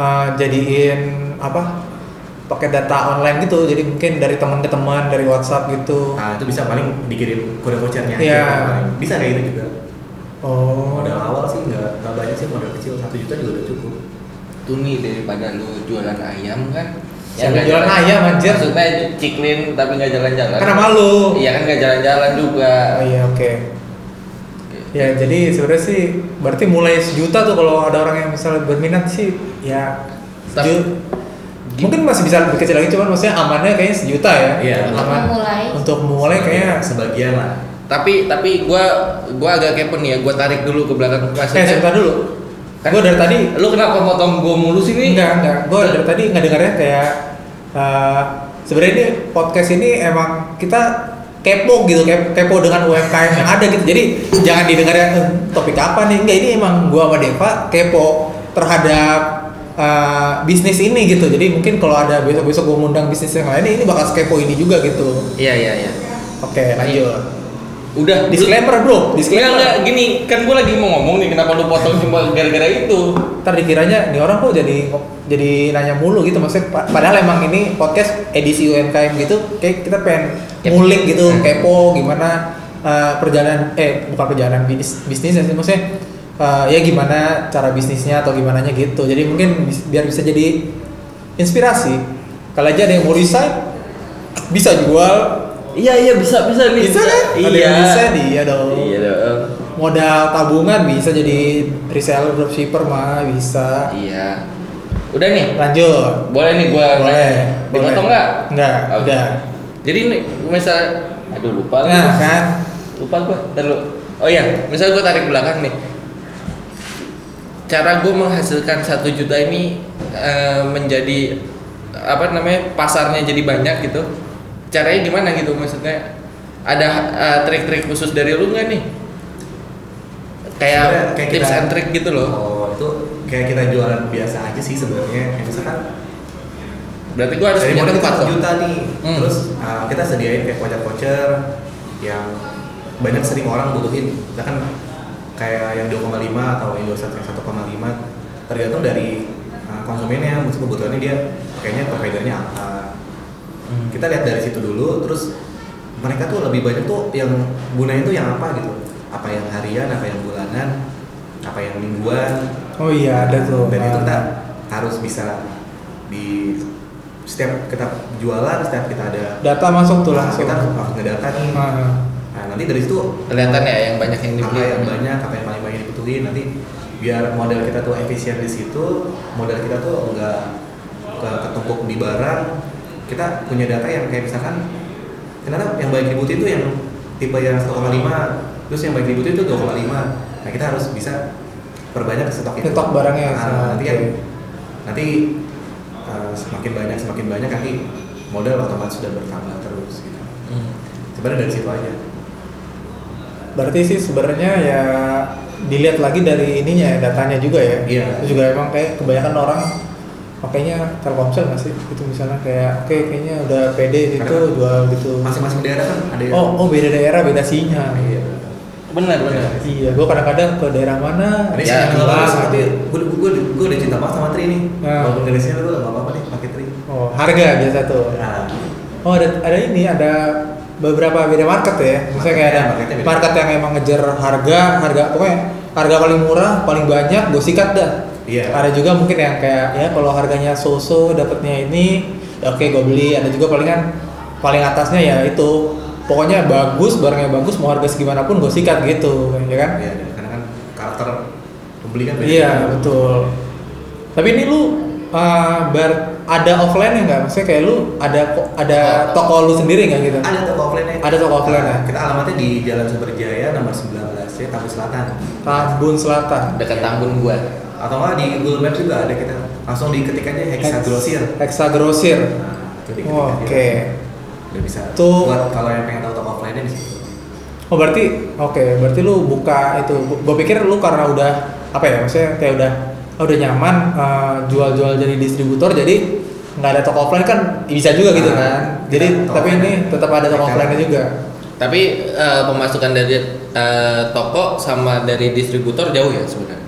A: uh, jadiin apa? pakai data online gitu. Jadi mungkin dari teman ke teman, dari WhatsApp gitu.
C: nah itu bisa paling dikirim kode vouchernya
A: Iya.
C: aja paling. bisa kayak gitu juga
A: Oh.
C: modal awal sih nggak nggak banyak sih modal kecil satu juta juga udah cukup
B: Tuni daripada lu jualan ayam kan.
A: Siapa
B: nggak
A: jualan
B: jalan-
A: ayam, anjir?
B: Maksudnya ciklin tapi nggak jalan-jalan.
A: Karena malu.
B: Oh, Iya kan nggak jalan-jalan juga.
A: Oh iya oke. Ah, Ya jadi sebenarnya sih berarti mulai sejuta tuh kalau ada orang yang misalnya berminat sih ya
B: Tapi-
A: seju- mungkin masih bisa lebih kecil lagi cuman maksudnya amannya kayaknya sejuta ya.
C: Iya.
D: Untuk memulai.
A: Untuk memulai kayaknya
C: sebagian lah
B: Tapi tapi gua gua agak kepo nih ya, gua tarik dulu ke belakang
A: eh sebentar dulu.
B: Kan-
A: Gue dari tadi
B: Lu kenapa potong gua mulu sih nih?
A: enggak enggak gue dari tadi nggak dengarnya kayak eh, sebenarnya ini podcast ini emang kita kepo gitu kep- kepo dengan UMKM yang ada gitu jadi jangan didengar yang "Eh, topik apa nih enggak ini emang gua sama Deva kepo terhadap eh, bisnis ini gitu jadi mungkin kalau ada besok besok gua ngundang bisnis yang lain ini bakal kepo ini juga gitu
B: Iya iya iya.
A: oke lanjut
B: Udah
A: disclaimer bro
B: Iya. Enggak enggak
A: disclaimer
B: gini, kan gua lagi mau ngomong nih kenapa lu potong cuma gara-gara itu.
A: ntar dikiranya nih orang kok jadi jadi nanya mulu gitu maksudnya pa- padahal emang ini podcast edisi UMKM gitu kayak kita pengen
B: Kepo. Hmm.
A: ngulik gitu kepo gimana eh, perjalanan eh bukan perjalanan bisnis bisnisnya sih maksudnya eh, ya gimana cara bisnisnya atau gimana gitu jadi mungkin bis- biar bisa jadi inspirasi kalau aja ada yang mau resign bisa jual
B: Iya iya bisa bisa nih.
A: Bisa kan? Ada
B: Iya.
A: yang bisa nih, iya dong.
B: Iya dong.
A: modal tabungan bisa jadi reseller dropshipper mah bisa
B: Iya. Udah nih.
A: lanjut
B: Boleh nih gua
A: boleh
B: Dipotong enggak?
A: enggak
B: Oke.
A: udah
B: Jadi nih misal aduh lupa lagi.
A: nah kan
B: lupa gue terlalu oh iya misal gue tarik belakang nih cara gue menghasilkan satu juta ini eh, menjadi apa namanya pasarnya jadi banyak gitu caranya gimana gitu maksudnya ada eh, trik-trik khusus dari lu nggak nih
C: Sebenarnya
B: kayak,
C: kayak
B: tips
C: kita-
B: and trick gitu loh
C: oh itu kayak kita jualan biasa aja sih sebenarnya kayak misalkan
B: berarti gue harus
C: dari
B: punya
C: modal
B: tempat
C: kita
B: dong
C: juta nih
B: Hmm.
C: terus uh, kita sediain kayak voucher voucher yang banyak sering orang butuhin misalkan kayak yang 2,5 atau yang 21 yang 1,5 tergantung dari uh, konsumennya maksud kebutuhannya dia kayaknya providernya apa kita lihat dari situ dulu terus mereka tuh lebih banyak tuh yang gunain tuh yang apa gitu apa yang harian apa yang bulanan apa yang mingguan
A: oh iya ada tuh
C: dan itu kita harus bisa di setiap kita jualan setiap kita ada Nah,
A: data masuk tuh langsung
C: kita harus harus ngedata nih
A: Ah.
C: nah nanti dari situ
B: kelihatan ya yang banyak yang
C: apa
B: dibeli
C: yang banyak apa yang paling banyak dibutuhin nanti biar modal kita tuh efisien di situ modal kita tuh enggak ke- ketumpuk di barang kita punya data yang kayak misalkan ternyata yang banyak dibutuhin tuh yang tipe yang 1,5 terus yang banyak dibutuhin tuh 2,5 nah kita harus bisa perbanyak stok itu
A: Stok barangnya,
C: Nah,
A: sama.
C: nanti kan nanti uh, semakin banyak semakin banyak nanti modal otomatis sudah bertambah terus gitu
B: Hmm.
C: sebenarnya dari situ aja
A: berarti sih sebenarnya ya dilihat lagi dari ininya ya datanya juga ya
C: Iya.
A: Itu juga emang kayak kebanyakan orang makanya telkomsel nggak sih itu misalnya kayak oke kayaknya udah pede gitu
C: Karena-
A: jual gitu
C: masing-masing daerah kan ada yang-
A: oh oh beda daerah beda sinyal
C: Iya.
B: benar benar
A: iya gua kadang-kadang ke daerah mana
C: Ada
B: Ya,
C: yang
A: jelas,
C: jelas,
A: gitu.
C: tapi gue gue gue udah cinta banget sama Tri nih.
A: Nah.
C: Walaupun dari sini gue gak apa-apa nih pakai Tri.
A: oh harga biasa tuh
C: Nah,
A: Oh ada ada ini ada beberapa beda market ya. Misalnya kayak ada
C: Marketnya beda.
A: market yang emang ngejar harga harga pokoknya harga paling murah paling banyak gue sikat dah.
C: Iya.
A: Ada juga mungkin yang kayak ya kalau harganya so-so dapatnya ini ya oke gue beli. Ada juga palingan paling atasnya ya itu pokoknya bagus barangnya bagus mau harga segimana pun gue sikat gitu ya kan.
C: iya, karena kan karakter pembeli kan beda.
A: Iya betul. Tapi ini lu uh, bar ada offline nggak? Maksudnya kayak lu ada ada toko lu sendiri nggak gitu?
C: Ada toko offline nya.
A: Ada toko offline-nya.
C: Kita alamatnya di Jalan Sumber Jaya nomor 19 C Tambun Selatan.
A: Tambun Selatan.
B: dekat Tambun gua
C: Atau nggak di Google Maps juga ada kita langsung diketik aja Hexa Grosir.
A: Hexa Grosir.
C: Nah, itu diketik
A: Oh,
C: aja.
A: Oke.
C: Udah bisa.
A: Tuh.
C: Buat kalau yang pengen tahu toko offline nya di situ.
A: Oh berarti oke, berarti lu buka itu. Gue pikir lu karena udah apa ya? Maksudnya kayak udah ah, udah nyaman eh, jual-jual jadi distributor jadi nggak ada toko offline kan bisa juga gitu
C: Nah,
A: kan. Jadi
C: kita
A: tapi
C: toko
A: ini
C: offline.
A: tetap ada toko
C: Kita-
A: offline juga.
B: tapi eh, pemasukan dari eh, toko sama dari distributor jauh ya sebenarnya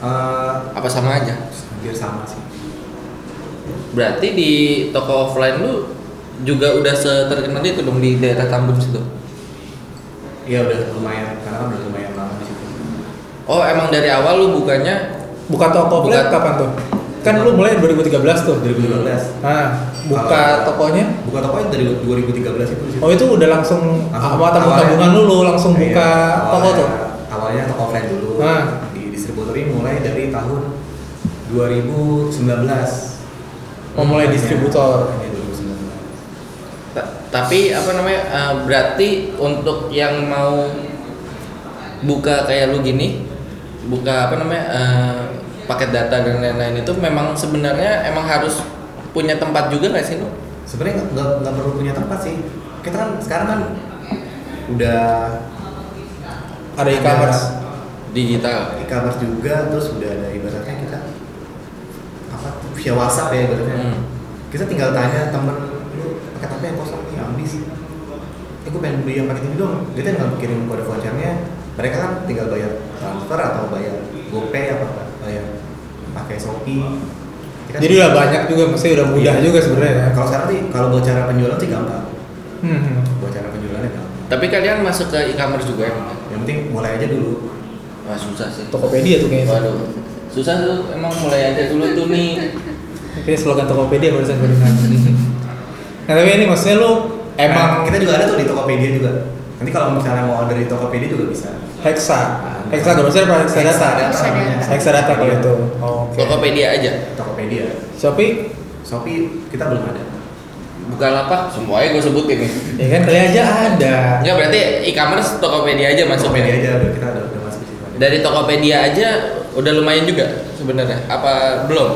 C: Eh,
B: apa sama aja
C: hampir sama sih.
B: Berarti di toko offline lu juga udah seterkenal itu dong di daerah Tambun situ.
C: Iya udah lumayan, karena kan udah lumayan lama di situ.
B: Oh, emang dari awal lu bukannya
A: Buka toko
B: Buka-
A: offline kapan tuh? Kan lu mulai 2013 tuh.
C: 2012.
A: Nah, buka
C: Kalau-
A: tokonya.
C: Buka tokonya dari 2013 itu. di situ.
A: Oh itu udah langsung
C: Langsung
A: sama tabung tabungan lu, lu langsung
C: Iya,
A: buka toko
C: awalnya-
A: tuh.
C: Awalnya awalnya toko offline dulu
A: Ah.
C: di distributori mulai dari tahun 2019
A: Oh, mulai distributor.
C: Iya, 2019
B: Ta- tapi apa namanya eh, berarti untuk yang mau buka kayak lu gini buka apa namanya eh, paket data dan lain-lain itu memang sebenarnya emang harus punya tempat juga nggak sih lu?
C: sebenarnya nggak- nggak nggak perlu punya tempat sih kita kan sekarang kan udah
A: Ada e-commerce.
B: digital
C: ada e-commerce juga terus udah ada ibaratnya kita apa via WhatsApp ya ibaratnya
B: Hmm.
C: kita tinggal tanya temen lu pakai apa yang kosong nih ambis eh gue pengen beli yang paket ini dong dia tinggal kirim kode vouchernya mereka kan tinggal bayar transfer atau bayar GoPay apa bayar pakai Shopee Kita
A: Jadi udah banyak juga, maksudnya udah mudah
C: Iya.
A: juga sebenarnya ya.
C: kalau sekarang sih kalau buat cara penjualan sih gampang
A: Hmm, hmm.
C: buat cara penjualannya gampang
B: tapi kalian masuk ke e-commerce juga ya?
C: yang penting mulai aja dulu
B: Wah susah sih
A: Tokopedia tuh kayaknya.
B: waduh susah tuh emang mulai aja dulu tuh nih
A: Kayaknya slogan Tokopedia barusan gue dengar. nah tapi ini maksudnya lu
C: Nah,
A: emang
C: kita juga ada tuh di Tokopedia juga nanti kalau misalnya mau order di Tokopedia juga bisa
A: Hexa, Hexa gak maksudnya apa Nah. Hexa data?
D: Hexa
C: namanya.
D: data.
A: Hexa data kalau itu. Oh, Oke.
B: Tokopedia aja
C: Tokopedia
A: Shopee,
C: Shopee kita belum ada
B: buka lapak semuanya gue sebutin nih
A: ya kan kali aja ada.
B: Enggak berarti e-commerce Tokopedia aja
A: ya?
B: masuknya
C: Tokopedia aja udah kita udah, udah masuk di situ aja.
B: dari Tokopedia aja udah lumayan juga sebenarnya apa belum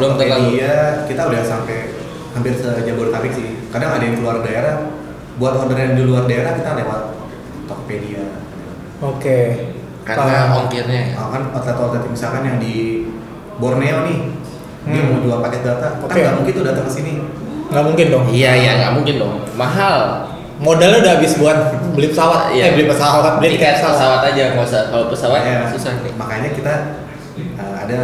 B: belum terlalu
C: Tokopedia kita udah sampai hampir se Jabodetabek sih kadang ada yang keluar daerah buat order yang di luar daerah kita lewat Tokopedia
A: Oke.
B: karena
A: Paham.
B: ongkirnya ya.
C: Nah, kan outlet-outlet misalkan yang di Borneo nih dia
A: Hmm.
C: mau jual paket data kan
A: Oke.
C: nggak mungkin tuh datang ke sini
A: nggak mungkin dong.
B: iya iya nggak mungkin dong mahal
A: Modalnya udah habis buat beli pesawat,
B: Iya.
A: eh beli pesawat, beli
B: tiket
A: tiket pesawat.
B: pesawat aja nggak usah kalau pesawat
C: Makanya-
B: Oh, susah nih
C: Nah, ya. makanya kita uh, ada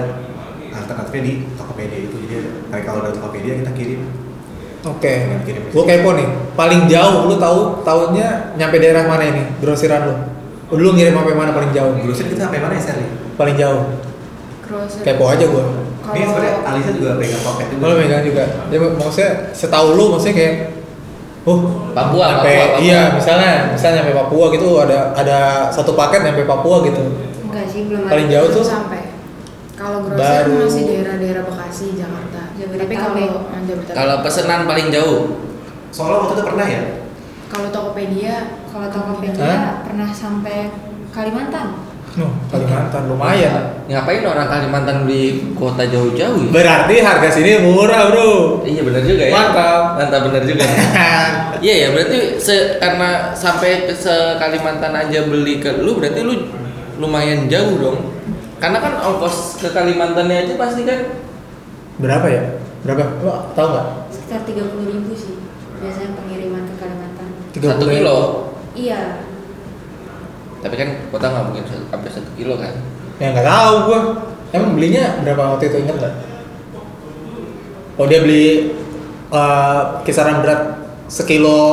C: alternatifnya di Tokopedia itu jadi ada- mereka order Tokopedia kita kirim
A: Oke.
C: Kirim.
A: Gue kepo nih. Paling jauh lu tahu tahunnya nyampe daerah mana ini? Grosiran lu. Lu ngirim sampai mana paling jauh?
C: Grosir kita sampai mana ya Sally?
A: Paling jauh.
E: Grocery.
A: Kepo aja gua.
C: Ini sebenarnya
E: Kalau
C: Alisa juga pegang pocket juga.
A: Lo megang juga. Ya maksudnya setahu lu maksudnya kayak Oh,
B: Papua,
A: sampai,
B: Papua, Papua.
A: iya misalnya, misalnya sampai Papua gitu ada ada satu paket sampai Papua gitu.
D: Enggak sih, belum ada.
A: Paling jauh
E: belum
A: tuh
E: sampai. Kalau grocery
A: Baru.
E: masih daerah-daerah Bekasi, Jakarta. Tapi
D: Jabodetabek.
E: kalau ah, Jabodetabek.
B: kalau pesanan paling jauh
C: Soalnya waktu itu pernah ya?
E: Kalau Tokopedia,
D: Kalau Tokopedia
A: Hah?
D: pernah sampai Kalimantan.
A: Nuh, Kalimantan lumayan.
B: ngapain orang Kalimantan beli kota jauh-jauh ya?
A: Berarti harga sini murah, Bro.
B: iya benar juga ya
A: Mantap.
B: mantap benar juga iya ya berarti se- karena sampai ke se Kalimantan aja beli ke lu berarti lu lumayan jauh dong karena kan ongkos ke Kalimantannya aja pasti kan
A: Berapa ya? Berapa? Lo tahu nggak?
D: Sekitar 30 ribu sih biasanya pengiriman ke Kalimantan.
B: satu kilo
D: Iya,
B: tapi kan kota nggak mungkin satu- sampai satu kilo kan
A: Ya nggak tahu gua. Emang belinya berapa waktu itu ingat nggak? Oh dia beli uh, kisaran berat sekilo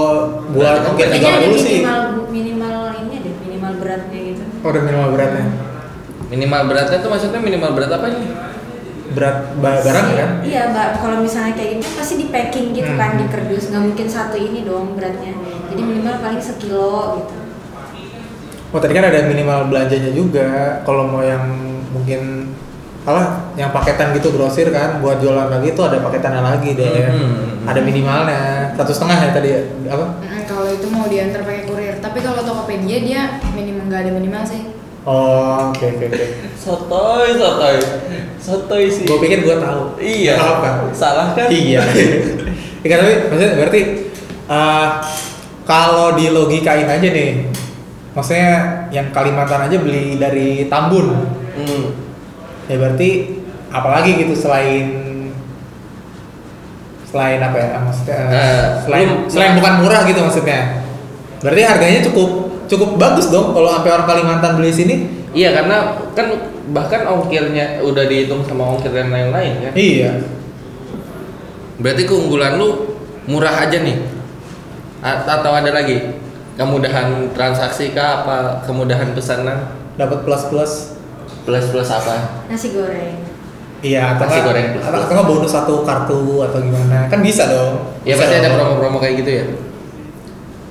A: buat
B: Berarti
A: mungkin
B: kan
D: Kayaknya
A: tiga
D: Nah, ada
A: puluh sih.
D: minimal minimal ini deh, minimal beratnya gitu.
A: Oh, udah minimal beratnya.
B: minimal beratnya tuh maksudnya minimal berat apa nih
A: Berat ba- barang kan?
D: Iya, Mbak. Kalau misalnya kayak gini kan pasti di packing gitu
A: Hmm.
D: kan di kerdus, nggak mungkin satu ini dong beratnya. Jadi minimal paling sekilo gitu.
A: Oh tadi kan ada minimal belanjanya juga. Kalau mau yang mungkin alah yang paketan gitu grosir kan buat jualan lagi itu ada paketannya lagi deh.
D: Hmm,
B: Mhm.
A: Ada minimalnya satu setengah ya tadi ya? apa?
E: Mm, kalau itu mau diantar pakai kurir. Tapi kalau Tokopedia dia minimal nggak ada minimal sih.
A: Oh oke oke oke.
B: sotoy sotoy sotoy sih
A: Gue pikir gue tahu.
B: iya
A: Salah kan?
B: salah kan
A: Iya. Iya tapi maksudnya berarti eh, kalau di logikain aja nih, maksudnya yang Kalimantan aja beli dari Tambun,
B: Hmm.
A: ya berarti apalagi gitu selain selain apa ya maksudnya eh,
B: Eh,
A: selain
B: lu-
A: selain bukan murah gitu maksudnya berarti harganya cukup cukup bagus dong kalau sampai orang Kalimantan beli sini
B: iya karena kan bahkan ongkirnya udah dihitung sama ongkir dan lain-lain kan
A: iya
B: Berarti keunggulan lu murah aja nih. A- atau ada lagi? Kemudahan transaksi kah apa kemudahan pesanan?
A: dapat plus plus
B: Plus-plus apa?
D: Nasi goreng.
A: iya atau
B: Nasi
A: nggak-
B: goreng plus
A: atau,
B: plus.
A: atau nggak bonus satu kartu atau gimana kan bisa dong
B: Ya
A: Bisa
B: pasti ada
A: dong.
B: promo-promo kayak gitu ya.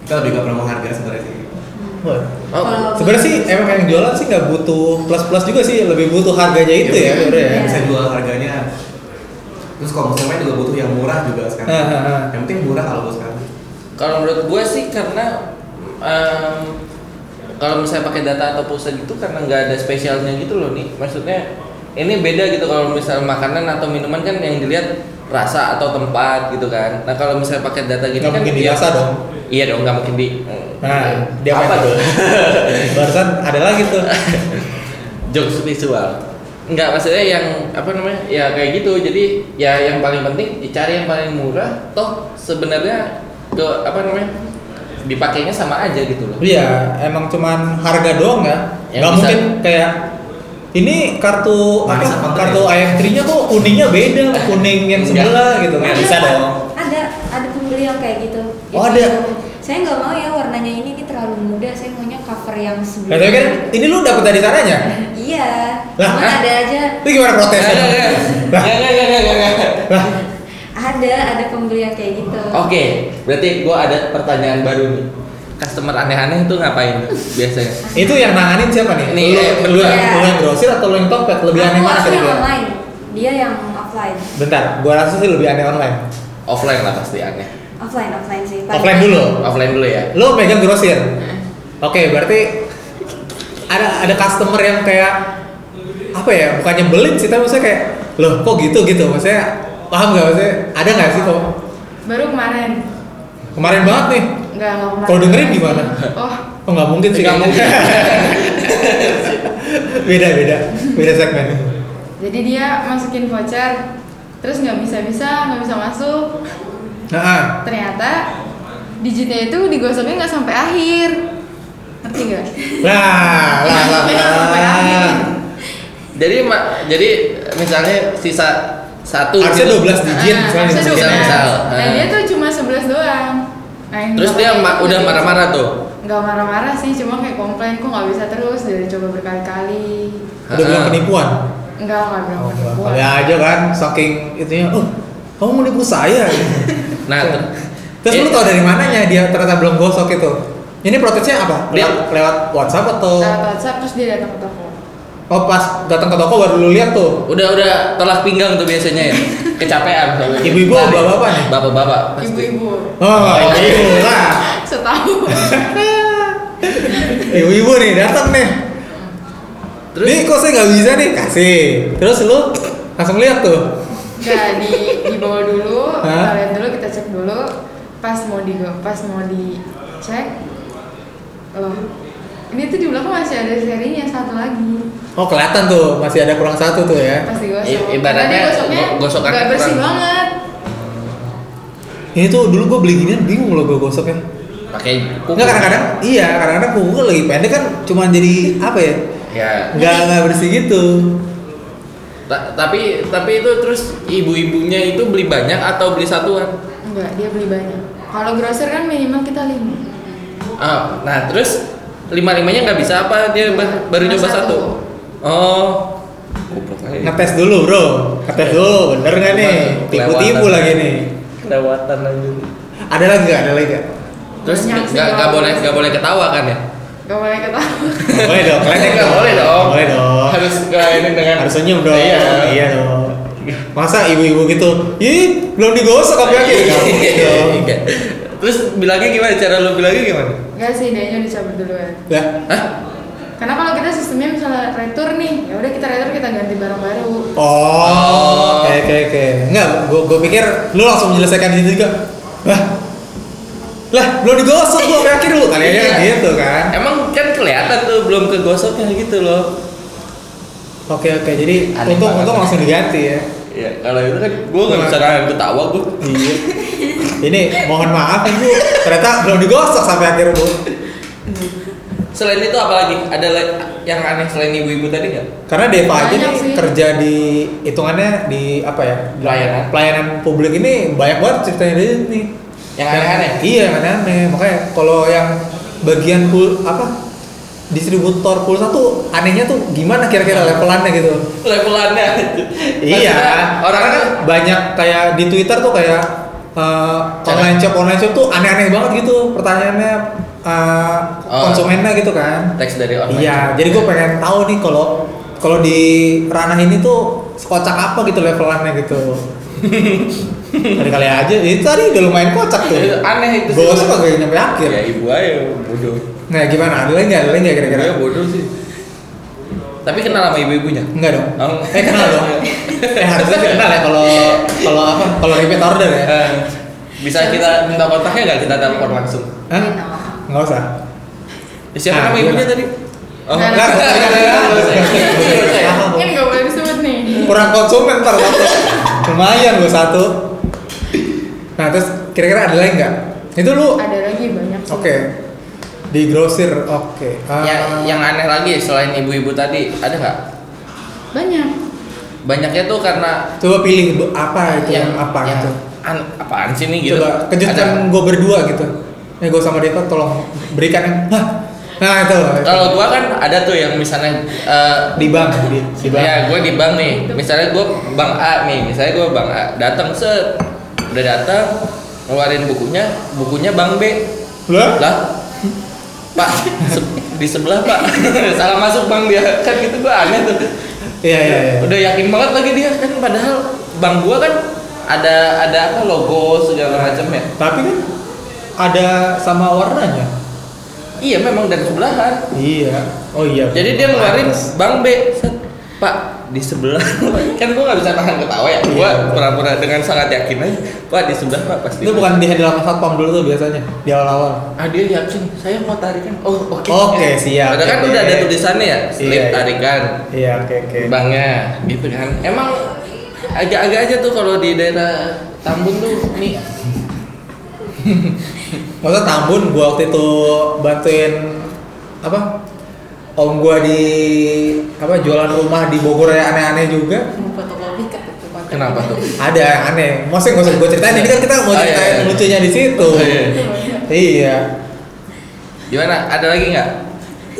C: Kita lebih ke promo harga sebenarnya sih.
D: Hmm.
A: Wah.
B: Oh,
D: Kalau-
A: Sebenarnya sih emang gitu. yang jualan sih nggak butuh plus plus juga sih, lebih butuh harganya itu ya, sebenarnya.
D: Iya.
A: ya.
C: bisa jual harganya terus kalau konsumen juga butuh yang murah juga sekarang
A: Ah, ah, ah.
C: yang penting murah kalau gue sekarang
B: Kalau menurut gue sih karena em, kalau misalnya pakai data atau pulsa gitu karena nggak ada spesialnya gitu loh nih. Maksudnya ini beda gitu kalau misalnya makanan atau minuman kan yang dilihat rasa atau tempat gitu kan. Nah kalau misalnya pakai data gitu
A: Nggak
B: kan
A: mungkin
B: iya-
A: dirasa dong.
B: Iya dong nggak mungkin di. Iya.
A: Nah, dia
B: apa
A: main.
B: tuh?
A: Barusan ada lagi tuh.
B: Jokes visual. Enggak maksudnya yang apa namanya ya kayak gitu. Jadi ya yang paling penting dicari yang paling murah. Toh sebenarnya ke apa namanya dipakainya sama aja gitu loh.
A: Iya, emang cuman harga doang ya.
B: Yang
A: Nggak
B: bisa-
A: mungkin kayak ini kartu
C: Manis apa
A: apa?
C: enggak
A: Kartu
C: ya?
A: IF3-nya kok kuningnya beda kuning yang
B: Enggak.
A: sebelah gitu kan.
C: Nggak
A: Bisa
D: Ada,
A: dong.
D: Ada, ada pembeli yang kayak gitu.
A: Oh,
D: Jadi,
A: ada.
D: Saya nggak mau ya warnanya ini, ini terlalu muda. Saya maunya cover yang
A: Nah, tapi kan
D: sebelumnya.
A: ini lu dapet dari sananya.
D: Iya.
A: Lah,
D: Cuman
A: hah?
D: ada aja.
A: Itu gimana protesnya?
B: Nggak, nggak, nggak.
A: Lah,
B: Nggak, nggak, nggak, nggak, nggak.
A: lah,
D: Ada, ada pembeli yang kayak gitu.
B: Oke, berarti gua ada pertanyaan baru nih. Customer aneh-aneh itu ngapain biasanya?
A: itu yang nanganin siapa nih?
B: Ini,
A: lu,
B: eh,
A: lu, yang-
D: iya.
A: lu yang grosir atau lu yang topet? Lebih aneh
D: Aku
A: mana
D: asli
A: kira-kira?
D: online. Dia yang offline.
A: Bentar, gua rasa sih lebih aneh online.
B: Offline lah pasti aneh.
D: Offline, offline sih. Paling
A: Offline dulu.
B: Offline dulu ya.
A: Lu pegang grosir. Oke, berarti ada ada customer yang kayak apa ya? Bukan nyebelin sih, tapi maksudnya kayak loh kok gitu gitu. Maksudnya paham nggak maksudnya? Ada nggak sih kok?
E: Baru kemarin.
A: Kemarin banget nih.
E: Enggak, enggak kemarin.
A: Kalau dengerin gimana?
E: Oh,
A: Oh nggak mungkin sih.
B: Nggak mungkin.
A: beda beda beda segmen.
E: jadi dia masukin voucher terus nggak bisa bisa nggak bisa masuk
A: Nah, ah.
E: ternyata digitnya itu digosoknya nggak sampai akhir ngerti nggak
A: lah lah lah.
E: Nggak sampai akhir.
A: lah.
B: Jadi ma- jadi misalnya sisa satu
A: Harusnya
B: gitu.
A: 12 digit
E: Ah,
A: misalnya
E: terus
A: dimasukin.
E: dia-
B: Misal,
E: nah
B: ah.
E: dia tuh cuma 11 doang nah, yang
B: Terus dia
E: bapaknya
B: ma-
E: itu
B: udah
E: nggak-
B: marah-marah tuh.
E: nggak marah-marah sih cuma kayak komplain kok nggak bisa terus dari coba berkali-kali
A: Udah bilang penipuan.
E: nggak nggak bilang
A: Oh,
E: penipuan.
A: kali aja kan saking itunya, oh kamu mau nipu saya. Gitu.
B: Nah, ter-
A: Terus lu
B: iya.
A: tau dari mananya dia ternyata belum gosok itu? Ini protesnya apa?
B: Dia-
A: Lewat, lewat WhatsApp atau?
E: Lewat WhatsApp terus dia datang ke toko
A: Oh pas datang ke toko baru lu lihat tuh.
B: udah udah tolak pinggang tuh biasanya ya. Kecapean soalnya.
A: Ibu-ibu atau
B: Lari.
A: bapak-bapak nih?
B: Bapak-bapak pasti.
E: ibu-ibu
A: Oh,
B: iya.
A: ibu lah.
E: setahu
A: Ibu ibu nih datang nih.
B: Terus
A: nih kok saya nggak bisa nih kasih. Terus lu langsung lihat tuh.
E: Nggak, di dibawa dulu, kita
A: Hah?
E: lihat dulu, kita cek dulu. Pas mau di pas mau dicek, loh, ini tuh di belakang masih ada serinya satu lagi.
A: Oh kelihatan tuh masih ada kurang satu tuh ya.
E: Pas digosok.
B: I- ibaratnya
E: Karena dia gosoknya
B: go- gosokan
E: nggak bersih
B: kurang.
E: banget.
A: Ini tuh dulu gue beli ginian bingung loh gue gosoknya.
B: pakai kuku.
A: Enggak kadang-kadang iya kadang-kadang kuku gua lagi pendek kan cuman jadi apa ya?
B: Ya,
A: Nggak nggak bersih gitu.
B: Ta- tapi tapi itu terus ibu-ibunya itu beli banyak atau beli satuan
E: Enggak, dia beli banyak. Kalau grocer kan minimal kita lima.
B: ah nah terus lima limanya nggak bisa apa dia ba- baru
E: Cuma
B: coba
E: satu.
B: satu oh Nah. goblok aja
A: Ngetes dulu bro, ngetes dulu bener nggak nih? Tipu-tipu
B: Kelewatan.
A: lagi nih.
B: kelewatan aja
A: Ada lagi nggak? Ada lagi nggak?
B: terus
E: Banyak sih
B: nggak nggak
E: kalau-
B: boleh nggak boleh ketawa kan ya
E: Gak boleh ketawa.
A: Boleh dong. kalian
B: nggak boleh dong
A: Boleh dong.
B: harus nggak ini dengan
A: Harus senyum dong.
B: iya
A: Iya dong. Masa ibu-ibu gitu, ih belum digosok apa lagi?
B: Iya. terus bilangnya gimana cara lo bilangnya gimana
E: Enggak sih, dia aja dicabut duluan.
A: Lah,
B: Hah?
E: Karena kalau kita sistemnya misalnya retur nih, ya udah kita retur kita ganti barang baru.
A: oh, oke oke oke. Enggak, gua gua pikir lu langsung menyelesaikan itu juga. Lah, lah belum digosok gua kaki dulu kali aja kan
B: Iya.
A: gitu kan.
B: emang kan kelihatan tuh belum kegosoknya gitu loh
A: Oke oke, jadi
B: Aneh
A: untung
B: banget.
A: untung langsung diganti ya.
B: ya kalau itu kan gue nggak bisa nahan ketawa gue
A: Iya. Ini mohon maaf ibu, ternyata belum digosok sampai akhir bu.
B: Selain itu apalagi ada la- yang aneh selain ibu-ibu tadi nggak?
A: Karena Deva aja
E: Banyak
A: nih
E: sih.
A: kerja di hitungannya di apa ya?
B: Pelayanan.
A: Pelayanan publik ini banyak banget ceritanya dia nih.
B: Yang aneh-aneh?
A: Iya, yang aneh-aneh. Makanya kalau yang bagian pul apa distributor pulsa tuh anehnya tuh gimana kira-kira levelannya gitu.
B: Levelannya.
A: Iya.
B: Maksudnya, Orang kan
A: banyak kayak di Twitter tuh kayak eh,
B: Cara-
A: online shop online shop tuh aneh-aneh banget gitu pertanyaannya eh,
B: Oh.
A: konsumennya gitu kan
B: teks dari online
A: iya jadi gue pengen tahu nih kalau kalau di ranah ini tuh kocak apa gitu levelannya gitu kali kali aja itu tadi udah lumayan kocak tuh
B: Itu aneh itu sih.
A: gue suka kayak nyampe akhir
B: ya ibu aja bodoh
A: nah gimana ada lagi nggak ada lagi nggak kira-kira
B: Ibunya bodoh sih tapi kenal sama ibu-ibunya
A: enggak dong
B: Oh.
A: eh kenal dong eh harusnya sih kenal ya kalau kalau apa kalau repeat order ya
B: Eh, bisa kita minta kontaknya nggak kita telepon langsung
A: Hah?
E: Minta maaf.
A: nggak usah
B: Ya,
A: Ah,
B: siapa nama
A: gua
B: ibunya
A: nggak.
B: tadi oh
E: Nggak,
A: Nggak, nggak, nggak, nggak, nggak, nggak, nggak,
B: Iya,
A: nggak, nggak.
E: Ini nggak boleh disebut nih.
A: kurang konsumen ntar satu lumayan gue satu nah terus kira-kira ada lagi nggak itu lu oke
E: Ada lagi banyak sih.
A: di grosir oke Ah,
B: yang yang aneh lagi selain ibu-ibu tadi ada nggak
E: Banyak.
B: banyaknya tuh karena
A: coba pilih be- apa itu yang, apa
B: yang
A: gitu
B: an- apaan sih nih Ya, gitu
A: coba kejutkan
B: Ada-
A: gue berdua gitu ya gue sama Deko tolong berikan yang "Hah?" nah itu
B: kalau gua kan ada tuh yang misalnya eh,
A: di bank di, di bank
B: Ya, gue di bank nih. Misalnya gue bank A nih, misalnya gue bank A, datang set, udah datang, ngeluarin bukunya, bukunya bank B,
A: Lah?
B: lah, pak se- di sebelah pak, salah masuk bank dia, kan gitu gue aneh tuh.
A: iya iya iya
B: Udah yakin banget lagi dia kan, padahal bank gue kan ada ada apa logo segala macam ya.
A: tapi kan ada sama warnanya
B: Iya memang dari sebelahan.
A: iya oh iya
B: Jadi dia ngeluarin
A: Pantes.
B: bank B, set, pak di sebelah kan gue nggak bisa nahan ketawa ya gue
A: Iya.
B: pura-pura dengan sangat yakin aja pak di sebelah pak pasti
A: itu bukan di handle sama satpam dulu tuh biasanya di awal-awal
B: ah dia yakin saya mau tarikan oh oke
A: Oke, siap.
B: Padahal kan
A: Oke.
B: udah ada tulisannya ya slip
A: Iya, iya.
B: tarikan
A: Iya, oke oke.
B: banknya gitu kan emang agak-agak aja tuh kalau di daerah Tambun tuh nih
A: Masa Tambun gua waktu itu bantuin apa? Om gua di apa jualan rumah di Bogor yang aneh-aneh juga.
D: Mau fotokopi ke tempat
B: kenapa tuh
A: Ada yang aneh. Maksudnya gak usah gua ceritain ini kan kita mau
B: Oh, iya,
A: ceritain
B: iya.
A: lucunya di situ.
B: Oh, iya.
A: Iya.
B: gimana ada lagi nggak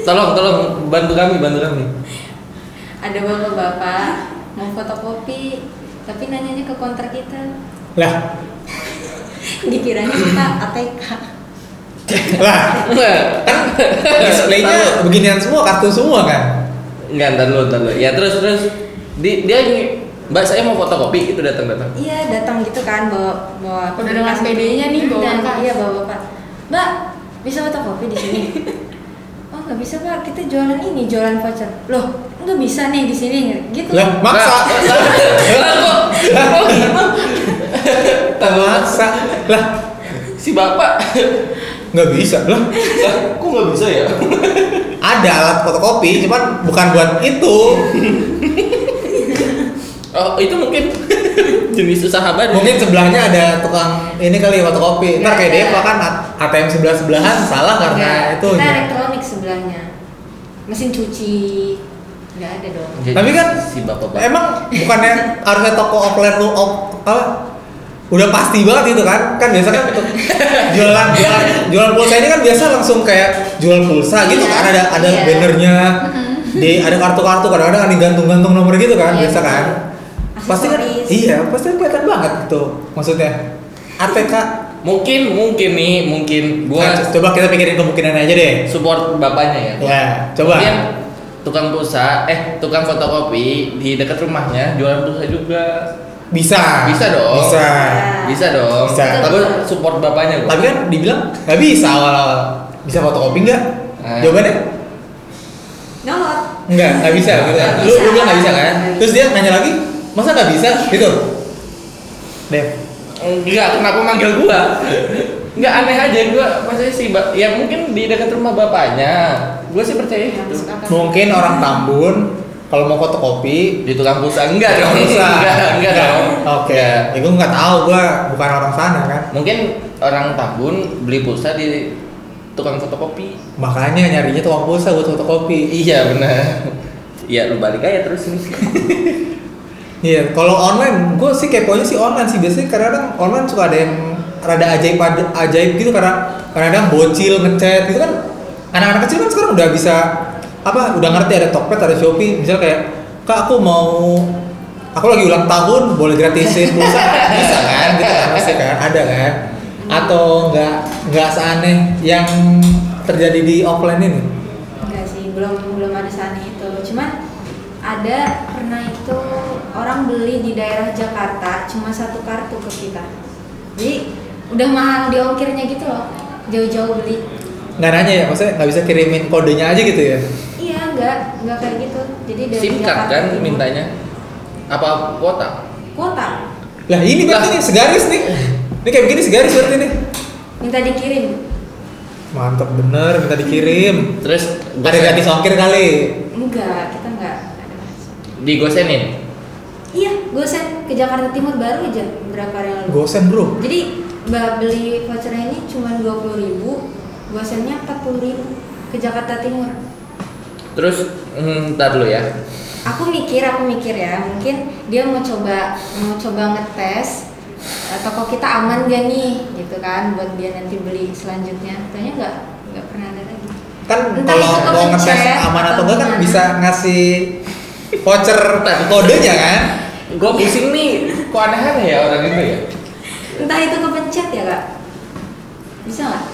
B: tolong tolong bantu kami bantu kami
D: Ada bapak-bapak mau fotokopi tapi nanyanya ke konter kita
A: Lah,
D: dikiranya kita ATK
A: lah. Kan Displaynya beginian semua kartu semua kan?
B: Enggak, ntar dulu, ntar dulu. Ya terus terus di, dia ini Mbak saya mau fotokopi itu datang datang.
D: iya datang gitu kan bawa bawa
E: Udah dengan
D: aplikasi.
E: PD-nya nih, bawa
D: Dan-
E: kas.
D: iya bawa bapak mbak bisa fotokopi di sini oh nggak bisa pak kita jualan ini jualan voucher loh nggak bisa nih di sini gitu
A: Lah, maksa.
B: Lah, kok gitu?
A: Maksa. Lah,
B: Si bapak,
A: nggak bisa. Lah,
B: lah, kok nggak bisa ya?
A: ada alat fotokopi, cuman bukan buat itu.
B: Oh itu mungkin jenis usaha baru.
A: Mungkin sebelahnya ada tukang ini kali fotokopi.
D: Ya,
A: Ntar kayak
E: Nggak
A: Depa
E: ada.
A: kan A- ATM sebelah sebelahan salah karena
D: Nggak,
A: Nah, itu.
D: kita elektronik sebelahnya mesin cuci nggak ada dong
A: Tapi kan-
B: si bapak bapak.
A: Emang bukannya harusnya toko offline lu off- apa? Udah pasti banget itu kan? Kan biasa kan untuk jualan jualan jualan pulsa ini kan biasa langsung kayak jual pulsa gitu
D: Iya,
A: kan ada ada
D: iya.
A: bannernya, di ada kartu-kartu kadang-kadang ada digantung-gantung nomor gitu kan
D: Iya,
A: biasa kan? Pasti kan
D: Aksesoris.
A: iya pasti kelihatan banget gitu maksudnya. ATK
B: Mungkin mungkin nih mungkin
A: Nah,
B: gua
A: coba kita pikirin kemungkinan aja deh.
B: support bapaknya ya.
A: Ya, coba.
B: Mungkin tukang pulsa, eh tukang fotokopi di dekat rumahnya jualan pulsa juga.
A: Bisa.
B: Bisa dong.
A: Bisa.
B: Bisa dong.
A: Bisa.
B: Tapi support bapaknya gua.
A: Tapi kan dibilang nggak bisa awal-awal. Bisa fotokopi nggak?
B: Eh.
A: Jawabannya
D: nyolot
A: nggak, nggak bisa. Gitu.
B: Nggak
A: Lu,
D: bisa.
A: lu bilang nggak bisa kan?
D: Nggak
A: Terus dia nanya lagi, masa nggak bisa? Gitu. Dev.
B: Enggak, kenapa manggil gua? Enggak aneh aja gua, maksudnya sih ba- ya mungkin di dekat rumah bapaknya. Gua sih percaya gitu.
A: Mungkin orang Tambun kalau mau fotokopi
B: Di tukang pulsa enggak dong.
A: bisa.
B: Enggak, enggak dong.
A: Oke.
B: Enggak.
A: Ya gue nggak tahu, gue bukan orang sana kan.
B: Mungkin orang Tambun beli pulsa di tukang fotokopi.
A: Makanya nyarinya tukang pulsa buat fotokopi.
B: Iya, benar. Iya, lu balik aja terus ini.
A: Iya, kalau online, gue sih keponya sih online sih biasanya kadang online suka ada yang rada ajaib ad- ajaib gitu karena kadang bocil ngechat gitu kan anak-anak kecil kan sekarang udah bisa apa udah ngerti ada Tokped ada Shopee misal kayak kak aku mau aku lagi ulang tahun boleh gratisin pulsa bisa kan gitu kan pasti kan ada kan atau nggak nggak seaneh yang terjadi di offline ini?
D: Enggak sih, belum belum ada sana itu. Cuman ada pernah itu orang beli di daerah Jakarta cuma satu kartu ke kita. Jadi udah mahal diongkirnya gitu loh, jauh-jauh beli.
A: Nggak nanya ya, maksudnya nggak bisa kirimin kodenya aja gitu ya?
D: Iya, enggak, enggak kayak gitu. Jadi dari
B: SIM card
D: Jakarta
B: kan
D: gitu.
B: mintanya. Apa kuota?
D: kuota.
A: Lah ini berarti
B: Lah.
A: nih, segaris nih. Ini kayak begini segaris berarti nih.
D: Minta dikirim.
A: Mantap bener, minta dikirim.
B: Terus
A: Ada
B: gosen-
A: gratis ongkir kali.
D: Enggak, kita enggak. ada masuk.
B: digosenin.
D: Iya, gosen ke Jakarta Timur baru aja berapa hari yang lalu.
A: Gosen bro.
D: Jadi ba- beli vouchernya ini cuma dua puluh ribu, gosennya empat puluh ribu ke Jakarta Timur.
B: Terus hmm, ntar dulu ya.
D: Aku mikir, aku mikir ya, mungkin dia mau coba mau coba ngetes eh, toko kita aman gak nih, gitu kan, buat dia nanti beli selanjutnya. Tanya nggak nggak pernah ada lagi.
A: Kan
D: Entah
A: kalau
D: itu
A: mau
D: kepencet
A: ngetes aman atau
D: atau
A: enggak kan
D: gimana.
A: bisa ngasih voucher kodenya kan?
B: Gue pusing nih, kok aneh-aneh ya orang itu ya?
D: Entah itu kepencet ya kak, bisa nggak?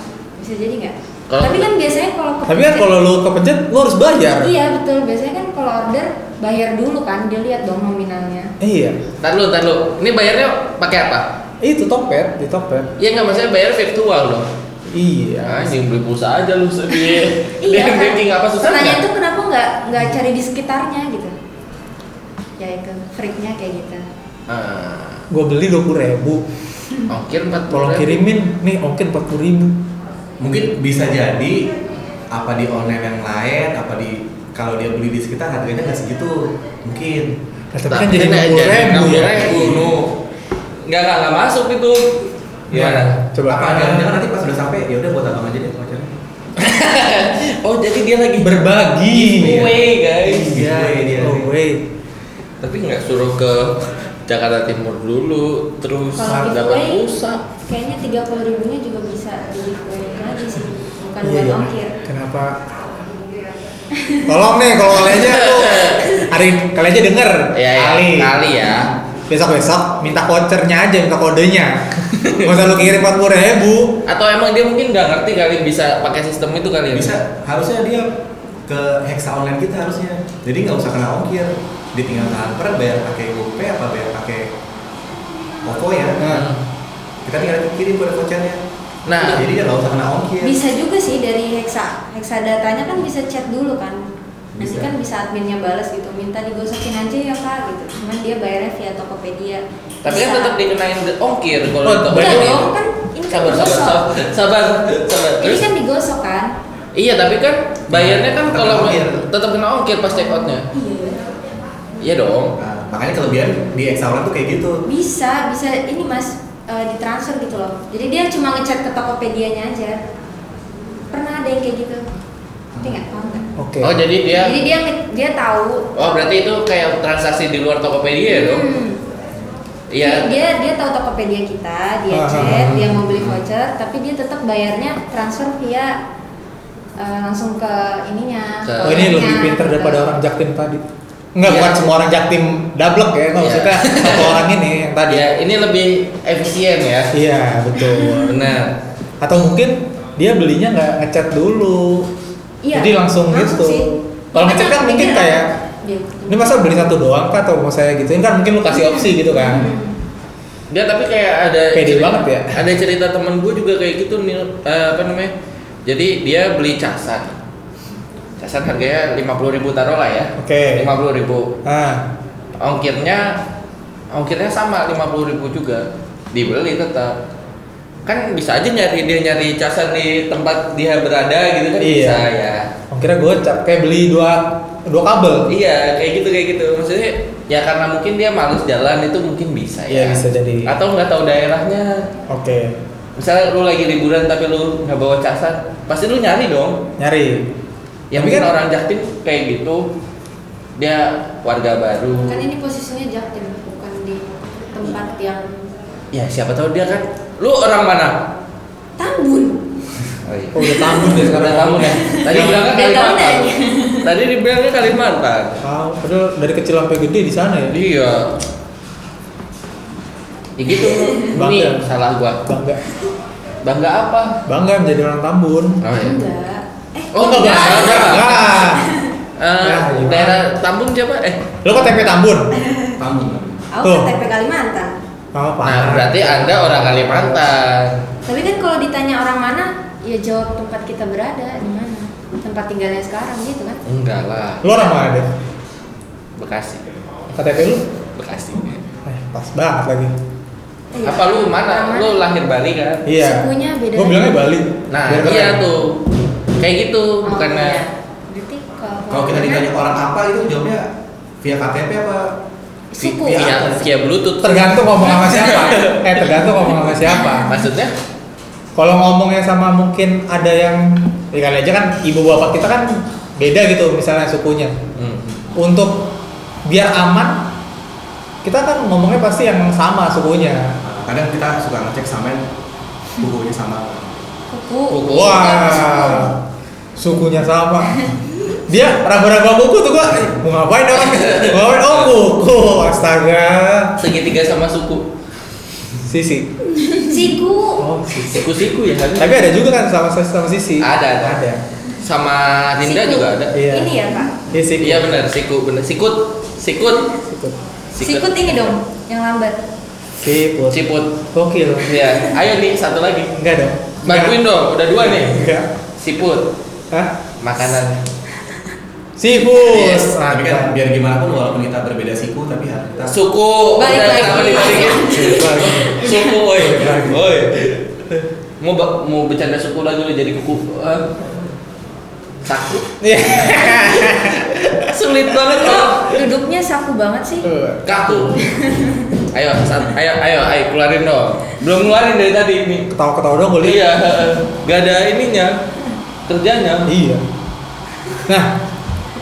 D: Bisa jadi nggak?
B: Kalau-
D: Tapi kan biasanya kalau
A: Tapi kan
D: kepencet-
A: kalau lu kepencet lu harus bayar.
D: Iya betul, biasanya kan kalau order bayar dulu kan, dia lihat dong nominalnya.
A: Iya.
B: Ntar dulu, ntar dulu. Ini bayarnya pakai apa?
A: Itu topet, di topet.
B: Ya nggak maksudnya bayar virtual loh. Ya,
A: Iya.
B: anjing beli pulsa aja lu sedih. Dia
D: kan?
B: dating Iya, apa susah
D: Pertanyaan
B: nggak?
D: tuh kenapa nggak nggak cari di sekitarnya gitu? Ya itu freaknya kayak gitu.
B: Ah,
A: Gue beli dua puluh ribu.
B: ongkir empat
A: Tolong kirimin nih ongkir empat puluh ribu.
C: Mungkin bisa jadi apa di online yang lain, apa di kalau dia beli di sekitar harganya nggak segitu mungkin.
A: Nah, tapi kan jadi enam puluh ribu ya.
B: Nggak nggak nggak masuk itu. Gimana?
A: Coba.
C: Apa jangan-jangan nanti pas udah sampai ya udah buat abang aja deh vouchernya.
B: Oh jadi dia lagi
A: Berbagi.
B: giveaway guys.
C: Iya, iya, iya.
A: Oh, wait.
B: Tapi nggak suruh ke Jakarta Timur dulu, terus
D: Kalau
B: dapat
D: giveaway,
B: pulsa.
D: kayaknya tiga puluh ribunya juga bisa di giveaway lagi sih, bukan
A: Iya,
D: buat
A: iya.
D: ongkir.
A: Kenapa? Tolong nih kalau kalian aja tuh hari kalian aja denger
B: Ya, ya,
A: kali.
B: kali ya.
A: Besok besok minta vouchernya aja, minta kodenya. Gak usah lu kirim empat puluh ribu.
B: Atau emang dia mungkin nggak ngerti kali bisa pakai sistem itu kali ya?
C: Bisa harusnya dia ke Hexa online kita harusnya. Jadi nggak usah kena ongkir. Dia tinggal transfer bayar pakai GoPay apa bayar pakai OVO ya. Kita tinggal kirim kode vouchernya.
B: Nah,
C: jadi dia nggak usah kena ongkir.
D: Bisa juga sih dari Hexa, Hexa datanya kan bisa chat dulu kan. Nanti
C: Bisa.
D: kan bisa adminnya balas gitu, minta digosokin aja ya kak gitu. Cuman dia bayarnya via Tokopedia.
B: tapi kan
D: Bisa.
B: tetap dikenain de- ongkir kalau
A: Oh,
B: itu.
A: Bayar
D: Enggak
A: dulu.
D: dong, Iya. kan ini kan
B: Sabar, sabar,
D: digosok.
B: sabar, sabar, sabar.
D: Ini
B: Terus,
D: kan digosok kan?
B: iya tapi kan bayarnya kan
A: Iya,
C: Tetap
B: kalau
C: ongkir.
B: tetap kena ongkir pas check outnya.
D: Iya.
B: Iya dong.
C: Nah, makanya kelebihan di Hexa online tuh kayak gitu.
D: Bisa, bisa ini Mas eh, ditransfer gitu loh. Jadi dia cuma ngechat ke Tokopedia-nya aja. Pernah ada yang kayak gitu. Tapi nggak tahu nggak?
A: Oke.
B: Oh jadi dia.
D: Jadi dia nge- dia tahu.
B: Oh berarti itu kayak transaksi di luar Tokopedia Iya ya dong?
D: Hmm. Jadi
B: Iya.
D: Dia dia tahu Tokopedia kita, dia
A: Ah, ah,
D: chat,
A: ah.
D: dia mau beli voucher, tapi dia tetap bayarnya transfer via eh, langsung ke ininya.
A: Oh,
B: Ke-
A: ini lebih
D: orangnya,
A: pintar
D: gitu.
A: daripada orang Jaktim tadi. Enggak,
B: Iya.
A: bukan semua orang Jaktim dablek ya. Kalau
B: Iya.
A: maksudnya satu orang ini yang tadi.
B: Ya ini lebih efisien ya.
A: Iya, betul.
B: Benar.
A: Atau mungkin dia belinya nggak ngechat dulu.
D: Iya,
A: Jadi langsung,
D: langsung
A: gitu.
D: sih.
A: Kalau ngechat kan mungkin
D: Iya.
A: kayak
D: Iya.
A: ini masa beli satu doang kah atau mau saya gituin kan mungkin lu kasih opsi gitu kan
B: Dia tapi kayak ada
A: Pede banget ya.
B: Ada cerita temen gue juga kayak gitu nih apa namanya? Jadi dia beli casan. Casan harganya 50.000 ribu taruh lah ya.
A: Oke.
B: 50.000 ribu.
A: ah
B: Ongkirnya ongkirnya sama 50.000 ribu juga. Dibeli tetap. Kan bisa aja nyari dia nyari casan di tempat dia berada gitu kan
A: Iya.
B: bisa ya.
A: kira gocap kayak beli dua dua kabel
B: Iya, kayak gitu kayak gitu. Maksudnya ya karena mungkin dia males jalan itu mungkin bisa
A: Iya,
B: ya.
A: bisa jadi.
B: Atau nggak tahu daerahnya.
A: oke
B: Misalnya lu lagi liburan tapi lu nggak bawa casan, pasti lu nyari dong.
A: nyari
B: Ya
A: Tapi
B: mungkin
A: kan-
B: orang Jaktim kayak gitu. Dia warga baru.
D: Kan ini posisinya Jaktim, bukan di tempat yang
B: Ya siapa tahu dia kan. Lu orang mana?
D: Tambun.
B: Oh, iya.
A: oh udah tambun deh
B: Udah
A: sekarang
B: tahu ya. Tadi bilang kan
D: Udah tahu
B: Kalimantan.
D: dah.
B: Tadi dibilangnya Kalimantan.
A: Tahu, Ah, padahal dari kecil sampai gede di sana ya
B: Iya. Ya gitu.
A: Bangga.
B: ya Ini salah gua.
A: bangga
B: Bangga apa?
A: Bangga menjadi orang Tambun. Iya,
B: Oh iya.
D: Enggak. Eh,
B: Oh, enggak, enggak, enggak, enggak.
A: Enggak.
B: Eh,
A: Ya, gimana?
B: daerah Tambun siapa? Eh,
A: Lo kok TP Tambun?
D: Eh.
C: tamu
D: Aku
A: Tuh.
D: KTP Kalimantan.
A: Apa apa?
B: nah berarti Anda orang Kalimantan.
D: Tapi kan kalau ditanya orang mana, ya jawab tempat kita berada di mana, tempat tinggalnya sekarang gitu kan.
B: Enggak lah,
A: Lo orang mana deh?
B: Bekasi.
A: KTP lu?
B: Bekasi.
A: Eh, pas banget lagi.
D: Iya.
B: Apa lu
D: Orang
B: mana? Lu lahir Bali kan?
A: Iya.
D: Sukunya beda
A: Gue
D: lagi.
A: bilangnya Bali.
B: Nah,
A: Biar keren.
B: iya tuh. Kayak gitu,
D: Oh, iya.
B: bukannya
D: Berarti kalau
C: kalau kita ditanya orang apa itu jawabnya via KTP apa
D: Suku.
C: Iya.
B: via via Bluetooth.
A: Tergantung ngomong sama siapa. eh, tergantung ngomong sama siapa.
B: Maksudnya?
A: Kalau ngomongnya sama mungkin ada yang ya kali aja kan ibu bapak kita kan beda gitu misalnya sukunya.
B: Hmm.
A: Untuk biar aman kita kan ngomongnya pasti yang sama sukunya.
C: kadang kita suka ngecek samain bukunya sama
D: Kuku.
B: Kuku.
D: Iya,
A: Wah, sukunya sama. Dia raba-raba buku tuh gua. eh, Mau ngapain orang? Mau ngapain? Oh buku. Astaga.
B: Segitiga sama suku.
A: Sisi.
D: Siku.
A: Oh sisi.
B: Siku-siku ya kan?
A: Tapi ada juga kan sama sama sisi.
B: Ada, ada.
A: Ada.
B: Sama Rinda
D: Siku.
B: juga ada.
A: Iya.
D: Ini ya kak.
A: Iya Gitu. siku.
B: Iya benar, siku benar. Sikut, sikut,
A: Sikut.
D: Sikut ini dong, yang lambat.
A: Sikut.
B: Ciput.
A: Gokil.
B: Iya. Ayo nih satu lagi.
A: Enggak dong.
B: Bantuin dong, udah dua nih.
A: Enggak.
B: Siput,
A: Hah?
B: makanan.
A: Siput.
B: Yes,
C: tapi kan biar gimana pun walaupun kita berbeda siku tapi harus kita
B: Suku.
D: Balik
B: udah,
D: lagi.
B: jangan dibalikin. Suku, oi. Oi. Mau ba- mau bercanda suku lagi lu jadi kuku. Eh, Saku.
A: Iya.
B: Sulit banget loh.
D: Duduknya saku banget sih.
B: Kaku. Ayo, san- ayo, ayo, ayo keluarin dong. Belum keluarin dari tadi ini.
A: Ketawa-ketawa dong gue liat.
B: Iya, gak ada ininya kerjanya.
A: Iya. Nah,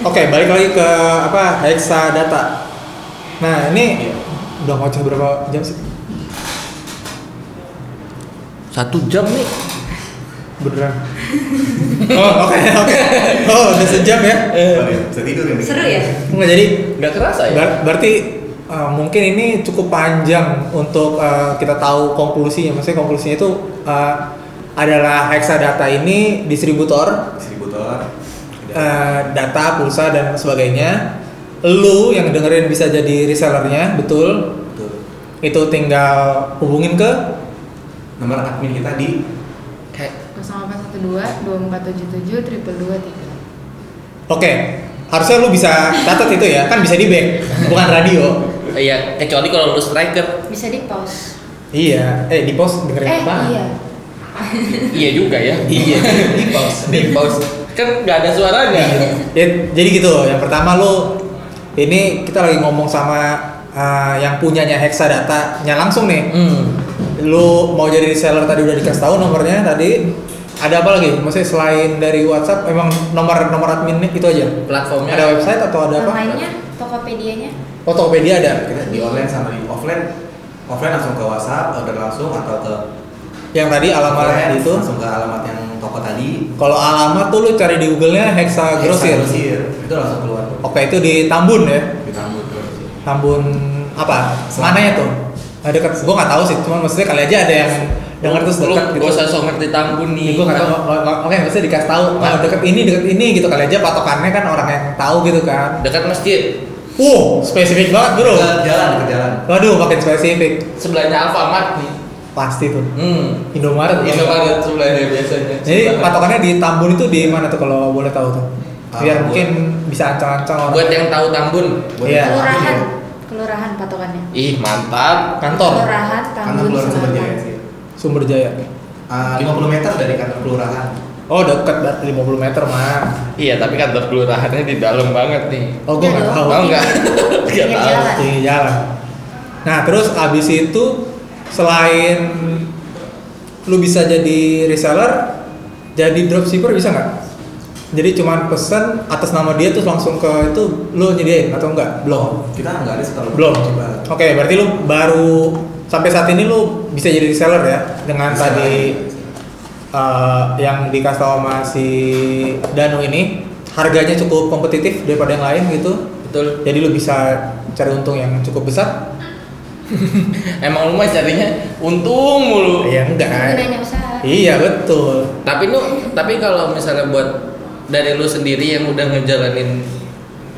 A: oke balik lagi ke apa Hexa data. Nah ini udah ngoceh berapa jam sih?
B: Satu jam nih.
A: Beneran? oh oke oke. Oh udah sejam ya?
B: Eh.
C: bisa tidur ini
D: Seru ya.
A: Nggak jadi.
B: Gak kerasa ya?
A: ber- berarti uh, mungkin ini cukup panjang untuk uh, kita tahu konklusinya. Maksudnya konklusinya itu uh, adalah Hexa data ini distributor
C: distributor Ada-
A: eh, data, pulsa dan sebagainya. Lu yang dengerin bisa jadi resellernya, betul?
C: betul.
A: Itu tinggal hubungin ke
C: nomor admin kita di
B: Kayak
E: 0812 2477 triple dua tiga.
A: Oke, harusnya lu bisa catat itu ya, kan bisa di back, bukan radio.
B: Iya, kecuali kalau lu striker.
D: Bisa di pause.
A: Iya, eh di post dengerin
D: Eh
A: apa?
D: iya.
B: Iya juga ya.
A: Iya.
C: di pause
B: Di pause. Kan nggak ada suaranya.
A: Ya, jadi gitu, yang pertama lu ini kita lagi ngomong sama eh, yang punyanya Hexa datanya langsung nih.
B: Hmm.
A: lu mau jadi reseller tadi udah dikasih tahu nomornya tadi ada apa lagi maksudnya selain dari WhatsApp emang nomor nomor adminnya itu aja
B: Platformnya.
A: ada website atau ada apa
D: Namanya, Tokopedia-nya.
A: oh Tokopedia ada
C: kita di online sama di offline offline langsung ke WhatsApp order langsung atau ke
A: yang tadi alamatnya
C: online,
A: itu
C: langsung ke alamat yang toko tadi
A: kalau alamat tuh lu cari di Google-nya Hexa Grosir
C: Grosir. itu langsung keluar
A: oke itu di Tambun ya
C: di tamu Grosir.
A: Tambun apa mana ya tuh nah, dekat gua nggak tahu sih cuman maksudnya kali aja ada yang dengar terus
B: Lu
A: dekat gitu
B: gak usah sok ngerti tambun
A: Ya,
B: nih.
A: gue nggak tahu, lo- lo- oke maksudnya dikasih tahu oh, deket ini deket ini gitu kali aja patokannya kan orang yang tahu gitu kan
B: Dekat masjid.
A: Wow, spesifik banget bro.
C: ke jalan ke jalan
A: Waduh, makin spesifik.
B: Sebelahnya Alfamart nih.
A: Pasti tuh.
B: Hmm.
A: Indomaret.
B: Indomaret sebelahnya biasanya.
A: Jadi patokannya di Tambun itu di mana tuh kalau boleh tahu tuh? Biar
C: Tambun.
A: mungkin bisa ancang-ancang orang.
B: buat yang tahu Tambun.
C: Buat
A: Iya.
D: Kelurahan. Kelurahan patokannya.
B: Ih, mantap.
A: kantor
D: Kelurahan
C: kantor
D: Tambun
C: kelurahan sumber jaya
D: Selatan.
C: sih
A: Sumber Jaya.
C: Ah, 50 meter dari kantor kelurahan
A: Oh, dekat berarti 50 meter mah.
B: Iya, tapi kantor kelurahannya di dalam banget nih.
A: Oh, gue nggak
D: Iya
A: tahu.
D: dong.
B: Tahu nggak? Nggak
D: Pinggir
B: tahu.
D: jalan.
A: Di jalan. Iya Nah, terus abis itu selain lu bisa jadi reseller, jadi dropshipper bisa nggak? Jadi cuman pesen atas nama dia terus langsung ke itu lu nyediain atau enggak? Belum.
C: Oh, kita nggak ada sih kalau
A: Belum.
C: coba
A: Oke, berarti lu baru sampai saat ini lu bisa jadi reseller ya dengan
C: Bisa.
A: tadi eh, yang dikasih tau sama si Danu ini harganya cukup kompetitif daripada yang lain gitu.
B: Betul.
A: Jadi lu bisa cari untung yang cukup besar.
B: Emang lu mah carinya untung mulu.
A: Ya enggak.
D: Gunanya usaha.
A: Iya betul.
B: Tapi lu, tapi kalau misalnya buat dari lu sendiri yang udah ngejalanin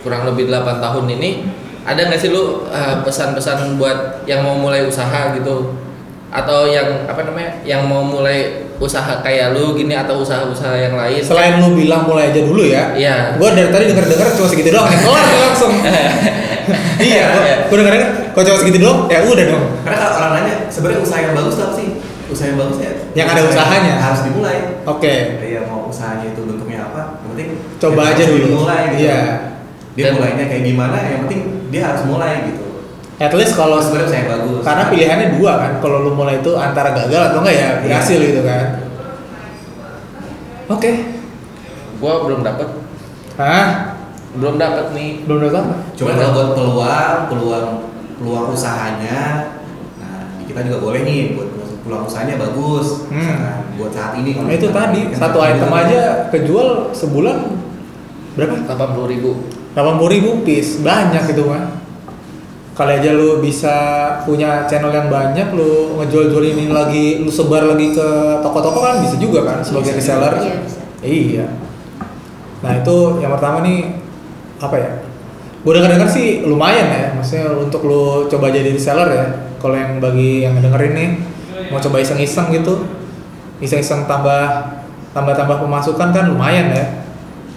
B: kurang lebih 8 tahun ini, ada nggak sih lu eh, pesan-pesan buat yang mau mulai usaha gitu? Atau yang apa namanya? Yang mau mulai usaha kayak lu gini atau usaha-usaha yang lain?
A: Selain lu bilang mulai aja dulu ya.
B: Iya.
A: Gue dari tadi denger dengar cuma segitu doang. Ya. Kelar gua langsung. iya. Gue denger dengar kalau cuma segitu doang ya udah dong.
C: Karena kalau orang nanya sebenarnya usaha yang bagus tuh apa sih? Usaha yang bagus ya.
A: Yang ada
C: usaha
A: usahanya.
C: Harus dimulai.
A: Oke.
C: Iya mau usahanya itu bentuknya apa? Yang penting
A: Coba
C: dia
A: aja
C: harus
A: dulu.
C: Mulai gitu.
A: Iya.
C: Dia
B: Dan-
C: mulainya kayak gimana? Yang penting dia harus mulai gitu.
A: At least kalau
C: Kalau sebenarnya usaha yang bagus.
A: karena pilihannya dua kan. Kalau lu mulai itu antara gagal atau enggak ya berhasil gitu kan. Oke.
B: Gua belum dapet,
A: Hah?
B: belum dapet nih.
A: Belum datang?
C: Cuma kalau buat peluang, peluang peluang usahanya, nah kita juga boleh nih buat peluang usahanya bagus.
A: Hmm.
C: Misalkan buat saat ini kalau
A: Nah, itu
C: kita- kan
A: tadi
C: kita-
A: satu
C: kita-
A: item aja kejual sebulan berapa?
B: 80 ribu.
A: 80 ribu piece banyak itu mah kali aja lu bisa punya channel yang banyak lu ngejual-jual ini lagi lu sebar lagi ke toko-toko kan bisa juga kan sebagai
C: Bisa
A: reseller
D: Iya bisa.
A: iya nah itu yang pertama nih apa ya gue denger dengar sih lumayan ya maksudnya untuk lu coba jadi reseller ya kalau yang bagi yang dengerin nih mau coba iseng-iseng gitu iseng-iseng tambah tambah-tambah pemasukan kan lumayan ya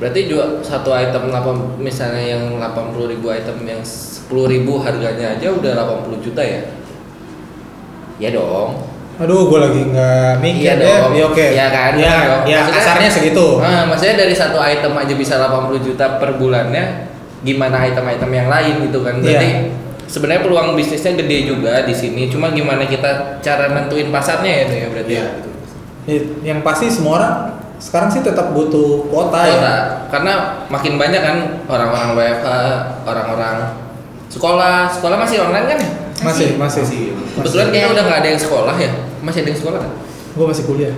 B: Berarti juga satu item 8 misalnya yang 80 ribu item yang 10 ribu harganya aja udah 80 juta ya? Ya dong.
A: Aduh, gue lagi nggak mikir
B: Iya
A: deh.
B: dong.
A: Ya, oke.
B: Iya kan?
A: Iya,
B: Iya dong.
A: iya,
B: Maksudnya-
A: kasarnya segitu.
B: Nah, maksudnya dari satu item aja bisa 80 juta per bulannya, gimana item-item yang lain gitu kan? Berarti
A: Iya.
B: sebenarnya peluang bisnisnya gede juga di sini. Cuma gimana kita cara nentuin pasarnya ya itu ya berarti.
C: Iya.
B: ya?
A: Ya, Yang pasti semua orang sekarang sih tetap butuh kuota
B: Kota.
A: ya.
B: Iya, Karena makin banyak kan orang-orang WFH, orang-orang sekolah, sekolah masih online kan? ya?
A: Masih, masih.
C: Masih.
B: Kebetulan kita udah nggak ada yang sekolah ya. Masih ada yang sekolah kan?
A: Gue masih kuliah.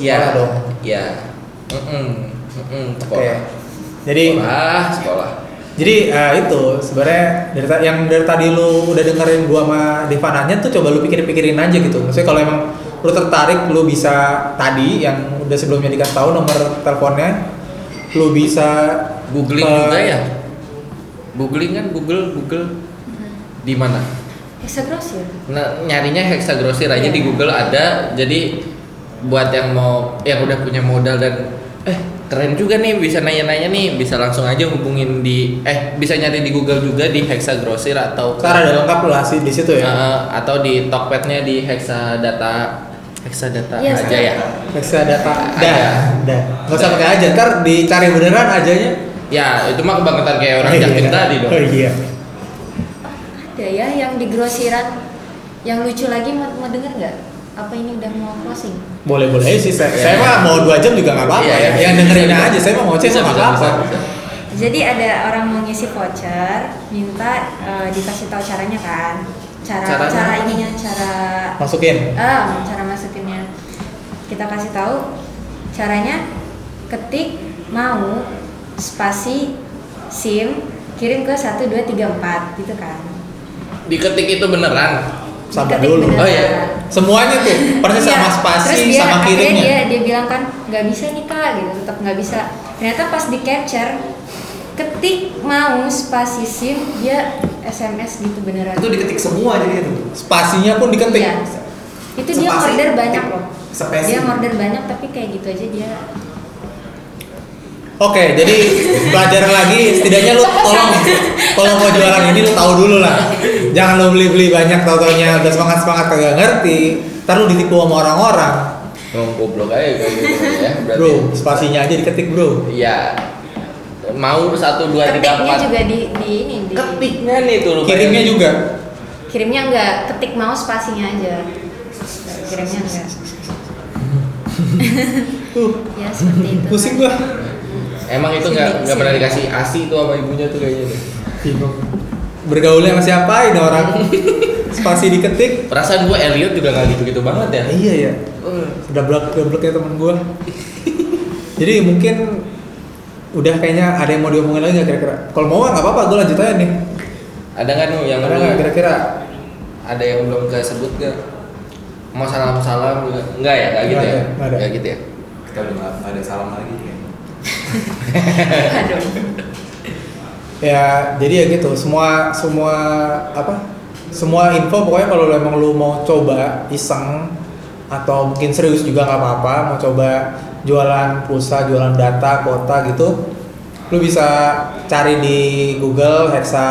B: Iya.
A: Sekolah dong.
B: Iya. Mm-mm. Mm-mm, Sekolah.
A: Jadi,
B: Sekolah, sekolah.
A: jadi eh, itu sebenarnya dari ta- yang dari tadi lu udah dengerin gua sama Deva nanya tuh coba lu pikir-pikirin aja gitu. Maksudnya kalau emang lu tertarik lu bisa tadi yang udah sebelumnya dikasih tahu nomor teleponnya lu bisa
B: Googling
A: eh,
B: juga ya. Googling kan Google, Google di mana?
D: Eh, Hexagrosir.
B: Nah, nyarinya Hexa Grosir aja di
D: Iya.
B: Google ada. Jadi buat yang mau yang udah punya modal dan eh keren juga nih bisa nanya-nanya nih bisa langsung aja hubungin di eh bisa nyari di Google juga di Hexa Grosir atau
A: ntar ada lengkap lah sih di situ ya.
B: Eh, atau di Tokpednya di Hexa Data Hexa Data
D: Iya,
B: aja ya.
A: Reksa data
B: Ada.
A: dah ya? dah nggak usah pakai aja ntar dicari beneran ajanya
B: Ya, itu mah kebangetan kayak orang Jatim tadi dong.
A: oh iya
D: Ada ya yang di grosiran yang lucu lagi mau, mau denger nggak? Apa ini udah mau closing?
A: boleh boleh aja sih saya,
B: Iya.
A: saya mah mau dua jam juga nggak apa-apa
B: Iya, iya.
A: ya yang dengerin aja saya mau ngoceh
B: Bisa,
A: mah nggak
B: bisa,
A: apa-apa
B: bisa, bisa.
D: Jadi ada orang mau ngisi voucher, minta eh, dikasih tahu caranya kan? Cara
B: Caranya?
D: cara ininya
A: Oh,
D: cara
A: masukin
D: Ah, cara masukinnya. Kita kasih tahu caranya ketik mau spasi SIM kirim ke 1234 gitu kan.
B: Diketik itu beneran.
A: Sabar
D: Diketik
A: dulu.
D: beneran.
B: Oh, iya.
A: semuanya tuh persis
D: Iya,
A: sama
D: terus
A: spasi
D: dia,
A: sama
D: akhirnya Dia,
A: kirimnya
D: dia bilang kan nggak bisa nih kak gitu, tetap nggak bisa. Ternyata pas di capture ketik mau spasi SIM dia SMS gitu beneran.
C: Itu diketik semua jadi itu.
A: spasinya pun diketik
D: Iya. Itu dia
C: Spasi,
D: order banyak
C: ketik.
D: loh.
C: Spasi.
D: Dia order banyak tapi kayak gitu aja dia
A: oke jadi pelajaran lagi setidaknya lu tolong kalau mau jualan ini lu tahu dulu lah jangan lu beli beli banyak tau taunya udah semangat semangat kagak ngerti ntar lu ditipu sama orang-orang
B: Ngomong goblok aja kayak gitu ya. Berarti.
A: bro spasinya aja diketik bro
B: Iya. Mau satu dua tiga
D: ketiknya
B: empat.
D: juga di di ini di
B: Ketiknya nih tuh lu.
A: kirimnya
B: bayangin.
A: juga
D: kirimnya enggak ketik mau spasinya aja kirimnya enggak
A: uh
D: ya seperti itu
A: pusing gua
B: Emang itu nggak
D: Sini,
B: nggak
D: sini.
B: pernah dikasih asi tuh sama ibunya tuh kayaknya. tuh.
A: bingung bergaulnya sama siapa ini orang spasi diketik
B: Perasaan gua Elliot juga nggak gitu gitu banget ya.
A: iya ya udah blok blok ya teman gua jadi mungkin udah kayaknya ada yang mau diomongin lagi nggak kira-kira kalau mau nggak apa-apa gua lanjut aja nih
B: Ada nggak nu yang
A: ada
B: belum-
A: nggak kira-kira
B: ada yang belum kesebut nggak? mau salam salam juga enggak ya enggak gitu
A: Nggak
B: ya
A: ada, nggak ada.
B: enggak gitu ya
C: kita udah nggak nggak ada salam lagi kayaknya.
E: Aduh.
A: ya jadi ya gitu semua semua apa semua info pokoknya kalau lu emang lu mau coba iseng atau mungkin serius juga nggak apa-apa mau coba jualan pulsa jualan data kuota gitu lu bisa cari di Google Hexa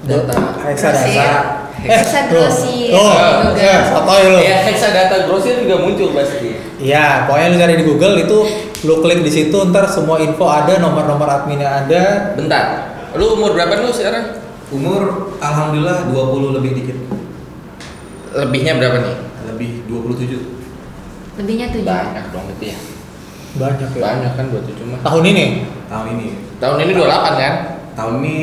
B: Data.
A: Hexa data
D: Grosir. Hexa grosir.
A: Oh,
D: Google. Iya.
A: ya, sotoy lu.
B: ya heksadata grosir juga muncul pasti
A: Iya, pokoknya lu cari di Google itu lu klik di situ ntar semua info ada, nomor-nomor adminnya ada.
B: bentar lu umur berapa lu sekarang
C: Umur alhamdulillah 20 lebih dikit.
B: lebihnya berapa nih
C: Lebih 27.
D: Lebihnya tujuh.
B: banyak dong itu ya
A: Banyak ya.
B: banyak kan buat itu mah
A: Tahun ini.
C: Tahun ini.
B: tahun ini 28 kan
C: Tahun ini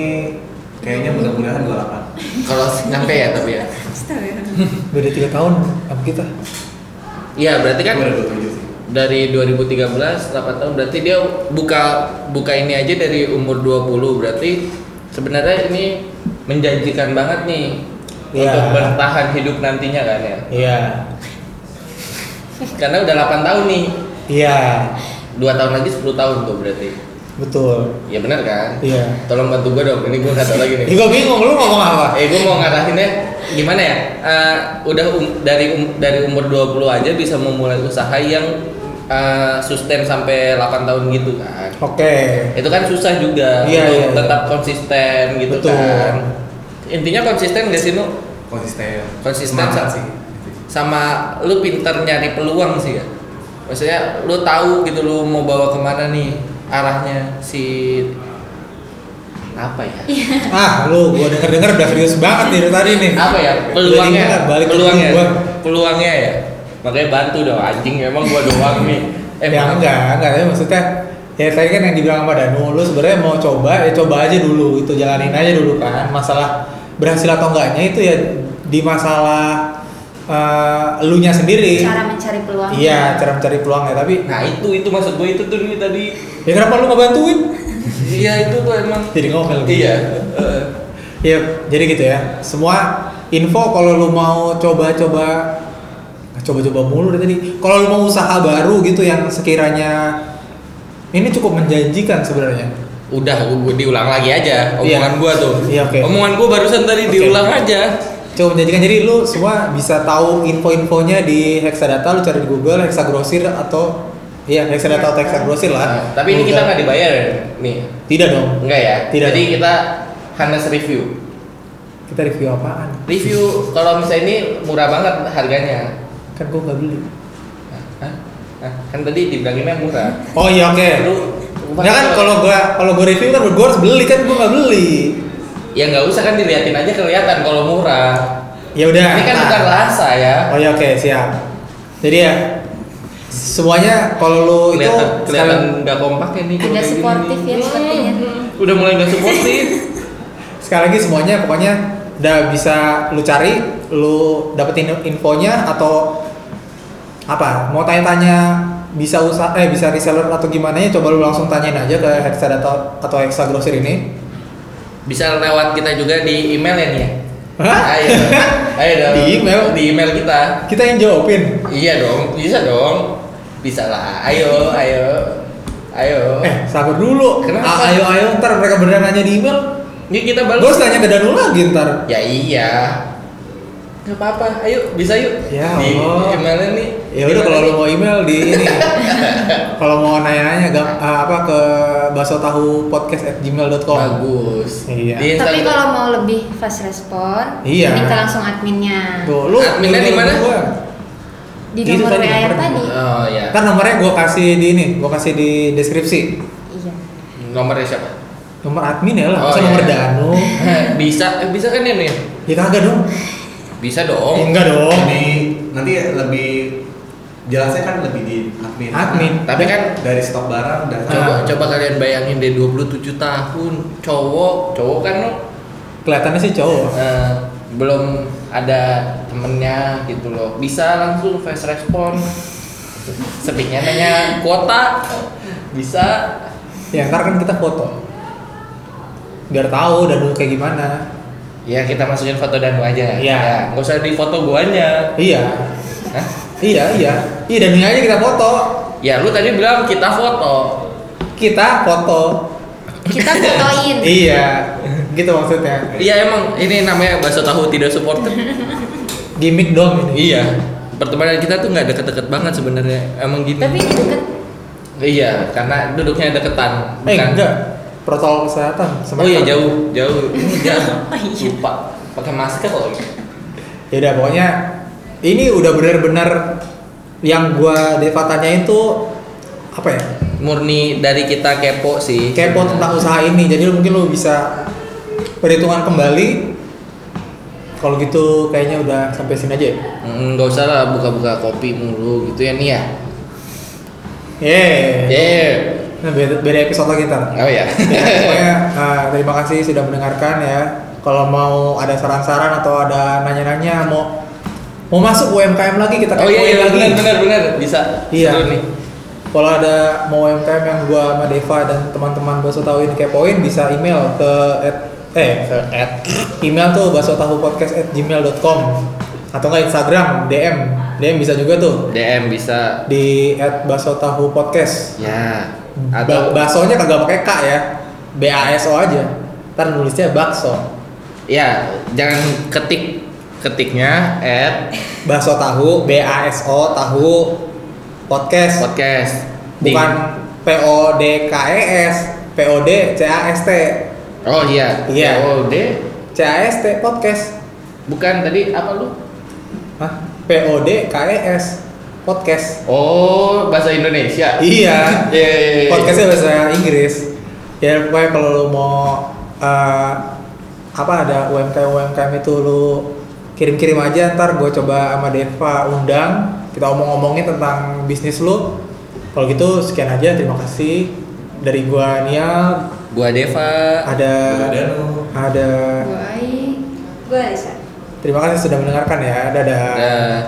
C: kayaknya mudah-mudahan 28.
B: kalau nyampe ya tapi ya
D: Astaga.
A: Beda 3 tahun sama kita.
B: iya berarti kan
C: Gue ada 27 sih.
B: dari 2013 8 tahun berarti dia buka buka ini aja dari umur 20 berarti sebenarnya ini menjanjikan banget nih
A: Iya.
B: untuk bertahan hidup nantinya kan ya
A: Iya.
B: karena udah 8 tahun nih
A: Iya,
B: dua tahun lagi 10 tahun tuh berarti
A: betul.
B: ya benar kan
A: Iya.
B: tolong bantu gue dong ini gue kata lagi nih
A: Ini gua bingung lu ngomong apa?
B: Eh gue mau ngarahinnya gimana ya? Eh, udah um- dari um- dari umur 20 aja bisa memulai usaha yang eh, sustain sampai 8 tahun gitu kan.
A: Oke.
B: Itu kan susah juga
A: Iya,
B: untuk
A: iya, iya.
B: tetap konsisten gitu
A: Betul.
B: kan. Intinya konsisten gak sih Nu?
C: Konsisten.
B: Konsisten
C: Semangat
B: sa-
C: sih. Gitu.
B: Sama lu pinter nyari peluang sih ya. Maksudnya lu tahu gitu lu mau bawa kemana nih arahnya si apa ya?
A: Ah, lu gua denger-denger udah serius banget nih dari tadi nih.
B: apa ya
A: Udah
B: peluangnya
A: diingat, balik
B: peluangnya
A: ke gua.
B: peluangnya ya makanya bantu dong anjing emang gua doang nih
A: Eh, ya enggak, enggak ya maksudnya ya tadi kan yang dibilang sama Danu, lu sebenarnya mau coba ya coba aja dulu itu jalanin aja dulu kan. Masalah berhasil atau enggaknya itu ya di masalah eh, elunya sendiri.
D: Cara mencari peluang.
A: Iya, cara mencari peluangnya tapi
B: nah itu itu maksud gua itu tuh nih tadi
A: ya kenapa lu nggak bantuin?
B: iya itu tuh emang
A: Jadi ngomel. gitu.
B: iya eh,
A: Iya, jadi gitu ya. Semua info kalau lu mau coba-coba coba-coba mulu dari tadi. Kalau lu mau usaha baru gitu yang sekiranya ini cukup menjanjikan sebenarnya.
B: udah gua, gua diulang lagi aja omongan
A: Iya.
B: gua tuh
A: Iya, oke.
B: omongan gua barusan tadi
A: Oke.
B: diulang aja
A: Coba menjanjikan. Jadi lu semua bisa tahu info-infonya di Hexadata lu cari di Google Hexa Grosir atau iya Hexadata atau Hexa Grosir
B: Nah,
A: lah.
B: tapi ini kita
A: Google.
B: nggak dibayar ya? nih
A: tidak dong.
B: enggak ya
A: Tidak.
B: jadi kita Hanes review
A: Kita review apaan?
B: review kalau misalnya ini murah banget harganya
A: Kan gua nggak beli.
B: Hah? Hah? kan tadi dibilanginnya murah
A: Oh iya oke.
B: Lu
A: Ya kan kalau gua kalau gua review kan gua harus beli kan gua nggak beli.
B: ya nggak usah kan diliatin aja kelihatan kalau murah.
A: Ya udah.
B: Ini kan
A: nah.
B: bukan rasa ya.
A: Oh ya oke siap. Jadi ya semuanya kalau lu itu
B: Kelihatan kelihatan
A: sekali,
B: nggak kompak ya nih. kalau
D: Agak
B: kayak
D: suportif
B: gini.
D: ya sepertinya.
B: Udah mulai nggak suportif.
A: sekali lagi semuanya pokoknya udah bisa lu cari, lu dapetin infonya atau apa? Mau tanya-tanya bisa usaha eh bisa reseller atau gimana ya coba lu langsung tanyain aja ke Hexa Data atau Hexa Grosir ini.
B: Bisa lewat kita juga di email ya nih. ya?
A: Hah?
B: Ayo, ayo dong.
A: Di email?
B: di email kita.
A: Kita yang jawabin.
B: Iya dong, bisa dong. Bisa lah. Ayo, ayo, ayo.
A: Eh, sabar dulu.
B: Kenapa?
A: Ah, ayo ayo ntar mereka beneran nanya di email.
B: Ini kita
A: Gue harus
B: balas.
A: tanya ke Danu lagi ntar.
B: Ya iya. Gak apa-apa. Ayo, bisa yuk.
A: Ya
B: di
A: Allah.
B: emailnya nih.
A: Ya udah kalau lu mau email di ini. kalau mau nanya-nanya gam- ah, apa ke bakso tahu podcast@gmail.com.
B: bagus.
A: Iya.
B: Di
D: Tapi
B: Instagram.
D: kalau mau lebih fast respon,
A: Iya.
D: minta langsung adminnya.
A: Tuh, lu
B: Adminnya di mana?
A: Gua.
D: Di
A: Itu
D: nomor
A: tadi,
D: WA yang
A: nomor-
D: tadi.
B: Oh ya.
A: Ntar nomornya gua kasih di ini, gua kasih di deskripsi.
D: Iya.
B: Nomornya siapa?
A: Nomor admin ya lah,
B: Oh,
A: masa
B: iya,
A: nomor
B: iya.
A: Danu.
B: bisa, eh, bisa kan ya nih?
A: Ya kagak dong.
B: Bisa
A: Ya,
B: dong.
A: enggak dong.
C: Jadi nanti lebih jelasnya kan lebih di admin.
A: Admin.
B: Tapi kan
C: Dari stok barang dan
A: Ah.
B: coba coba kalian bayangin deh 27 tahun cowok, cowok kan lo
A: Kelihatannya sih cowok.
B: eh, belum ada temennya gitu loh. Bisa langsung fast respon. Sedihnya nanya kuota bisa
A: Ya ntar kan kita foto. Biar tahu Danu kayak gimana.
B: Ya kita masukin foto dan
A: Iya.
B: wajah. Ya, nggak usah di foto guanya.
A: Iya.
B: Hah?
A: Iya, iya. Iya dan ini aja kita foto.
B: Ya lu tadi bilang kita foto.
A: Kita foto.
D: kita fotoin
A: Iya. Gitu maksudnya.
B: Iya emang ini namanya bakso tahu tidak supported.
A: Gimik dong ini.
B: iya. Pertemanan kita tuh nggak deket-deket banget sebenarnya. Emang gitu.
D: tapi ini deket
B: Iya, karena duduknya deketan.
A: Eh
B: bukan-
A: enggak. Protokol kesehatan.
B: Oh
A: semeter.
B: iya jauh, jauh. Jauh.
D: Oh, iya.
B: Lupa pakai masker loh.
A: Ya udah pokoknya ini udah bener-bener yang gua Deva tanyain tuh apa ya?
B: Murni dari kita kepo sih.
A: kepo tentang usaha ini jadi lu mungkin lu bisa perhitungan kembali kalau gitu kayaknya udah sampai sini aja ya
B: Mm, Nggak usah lah buka-buka kopi mulu gitu ya nih ya.
A: Yeay.
B: Yeah.
A: Nah, beda, beda episode lagi ntar
B: Oh ya.
A: Ya, pokoknya nah, terima kasih sudah mendengarkan ya kalau mau ada saran-saran atau ada nanya-nanya mau mau masuk UMKM lagi kita
B: Oh iya
A: kepoin
B: iya
A: lagi
B: benar benar benar bisa.
A: Iya.
B: Seru nih.
A: kalau ada mau UMKM yang gua sama Deva dan teman-teman Baso Tahu ini kepoin bisa email ke at, eh ke at email tuh baso tahu podcast at gmail.com atau nggak Instagram DM DM bisa juga tuh
B: DM bisa.
A: di at baso tahu podcast
B: Ya.
A: atau
B: Atau
A: baksonya kagak pakai k ya b a s o aja ntar nulisnya bakso
B: ya jangan ketik ketiknya at
A: baso tahu b a s o tahu podcast
B: podcast. Di-
A: bukan p o d k e s p o d c a s t
B: Oh iya.
A: Iya.
B: Oh deh.
A: CAST podcast.
B: Bukan tadi apa lu?
A: Hah? POD KES E podcast.
B: Oh, bahasa Indonesia.
A: Iya.
B: Iya, iya, iya.
A: Podcastnya bahasa Inggris. Ya pokoknya kalau lu mau eh, apa ada UMKM UMKM itu gitu, lu kirim-kirim aja ntar gue coba sama Deva undang kita omong-omongin tentang bisnis lu kalau gitu sekian aja terima kasih dari gua Nial
B: Gua Deva.
A: ada
C: Danu.
A: ada
E: Gue Aing.
D: gue Alisa
A: terima kasih sudah mendengarkan ya dadah.
B: Dah.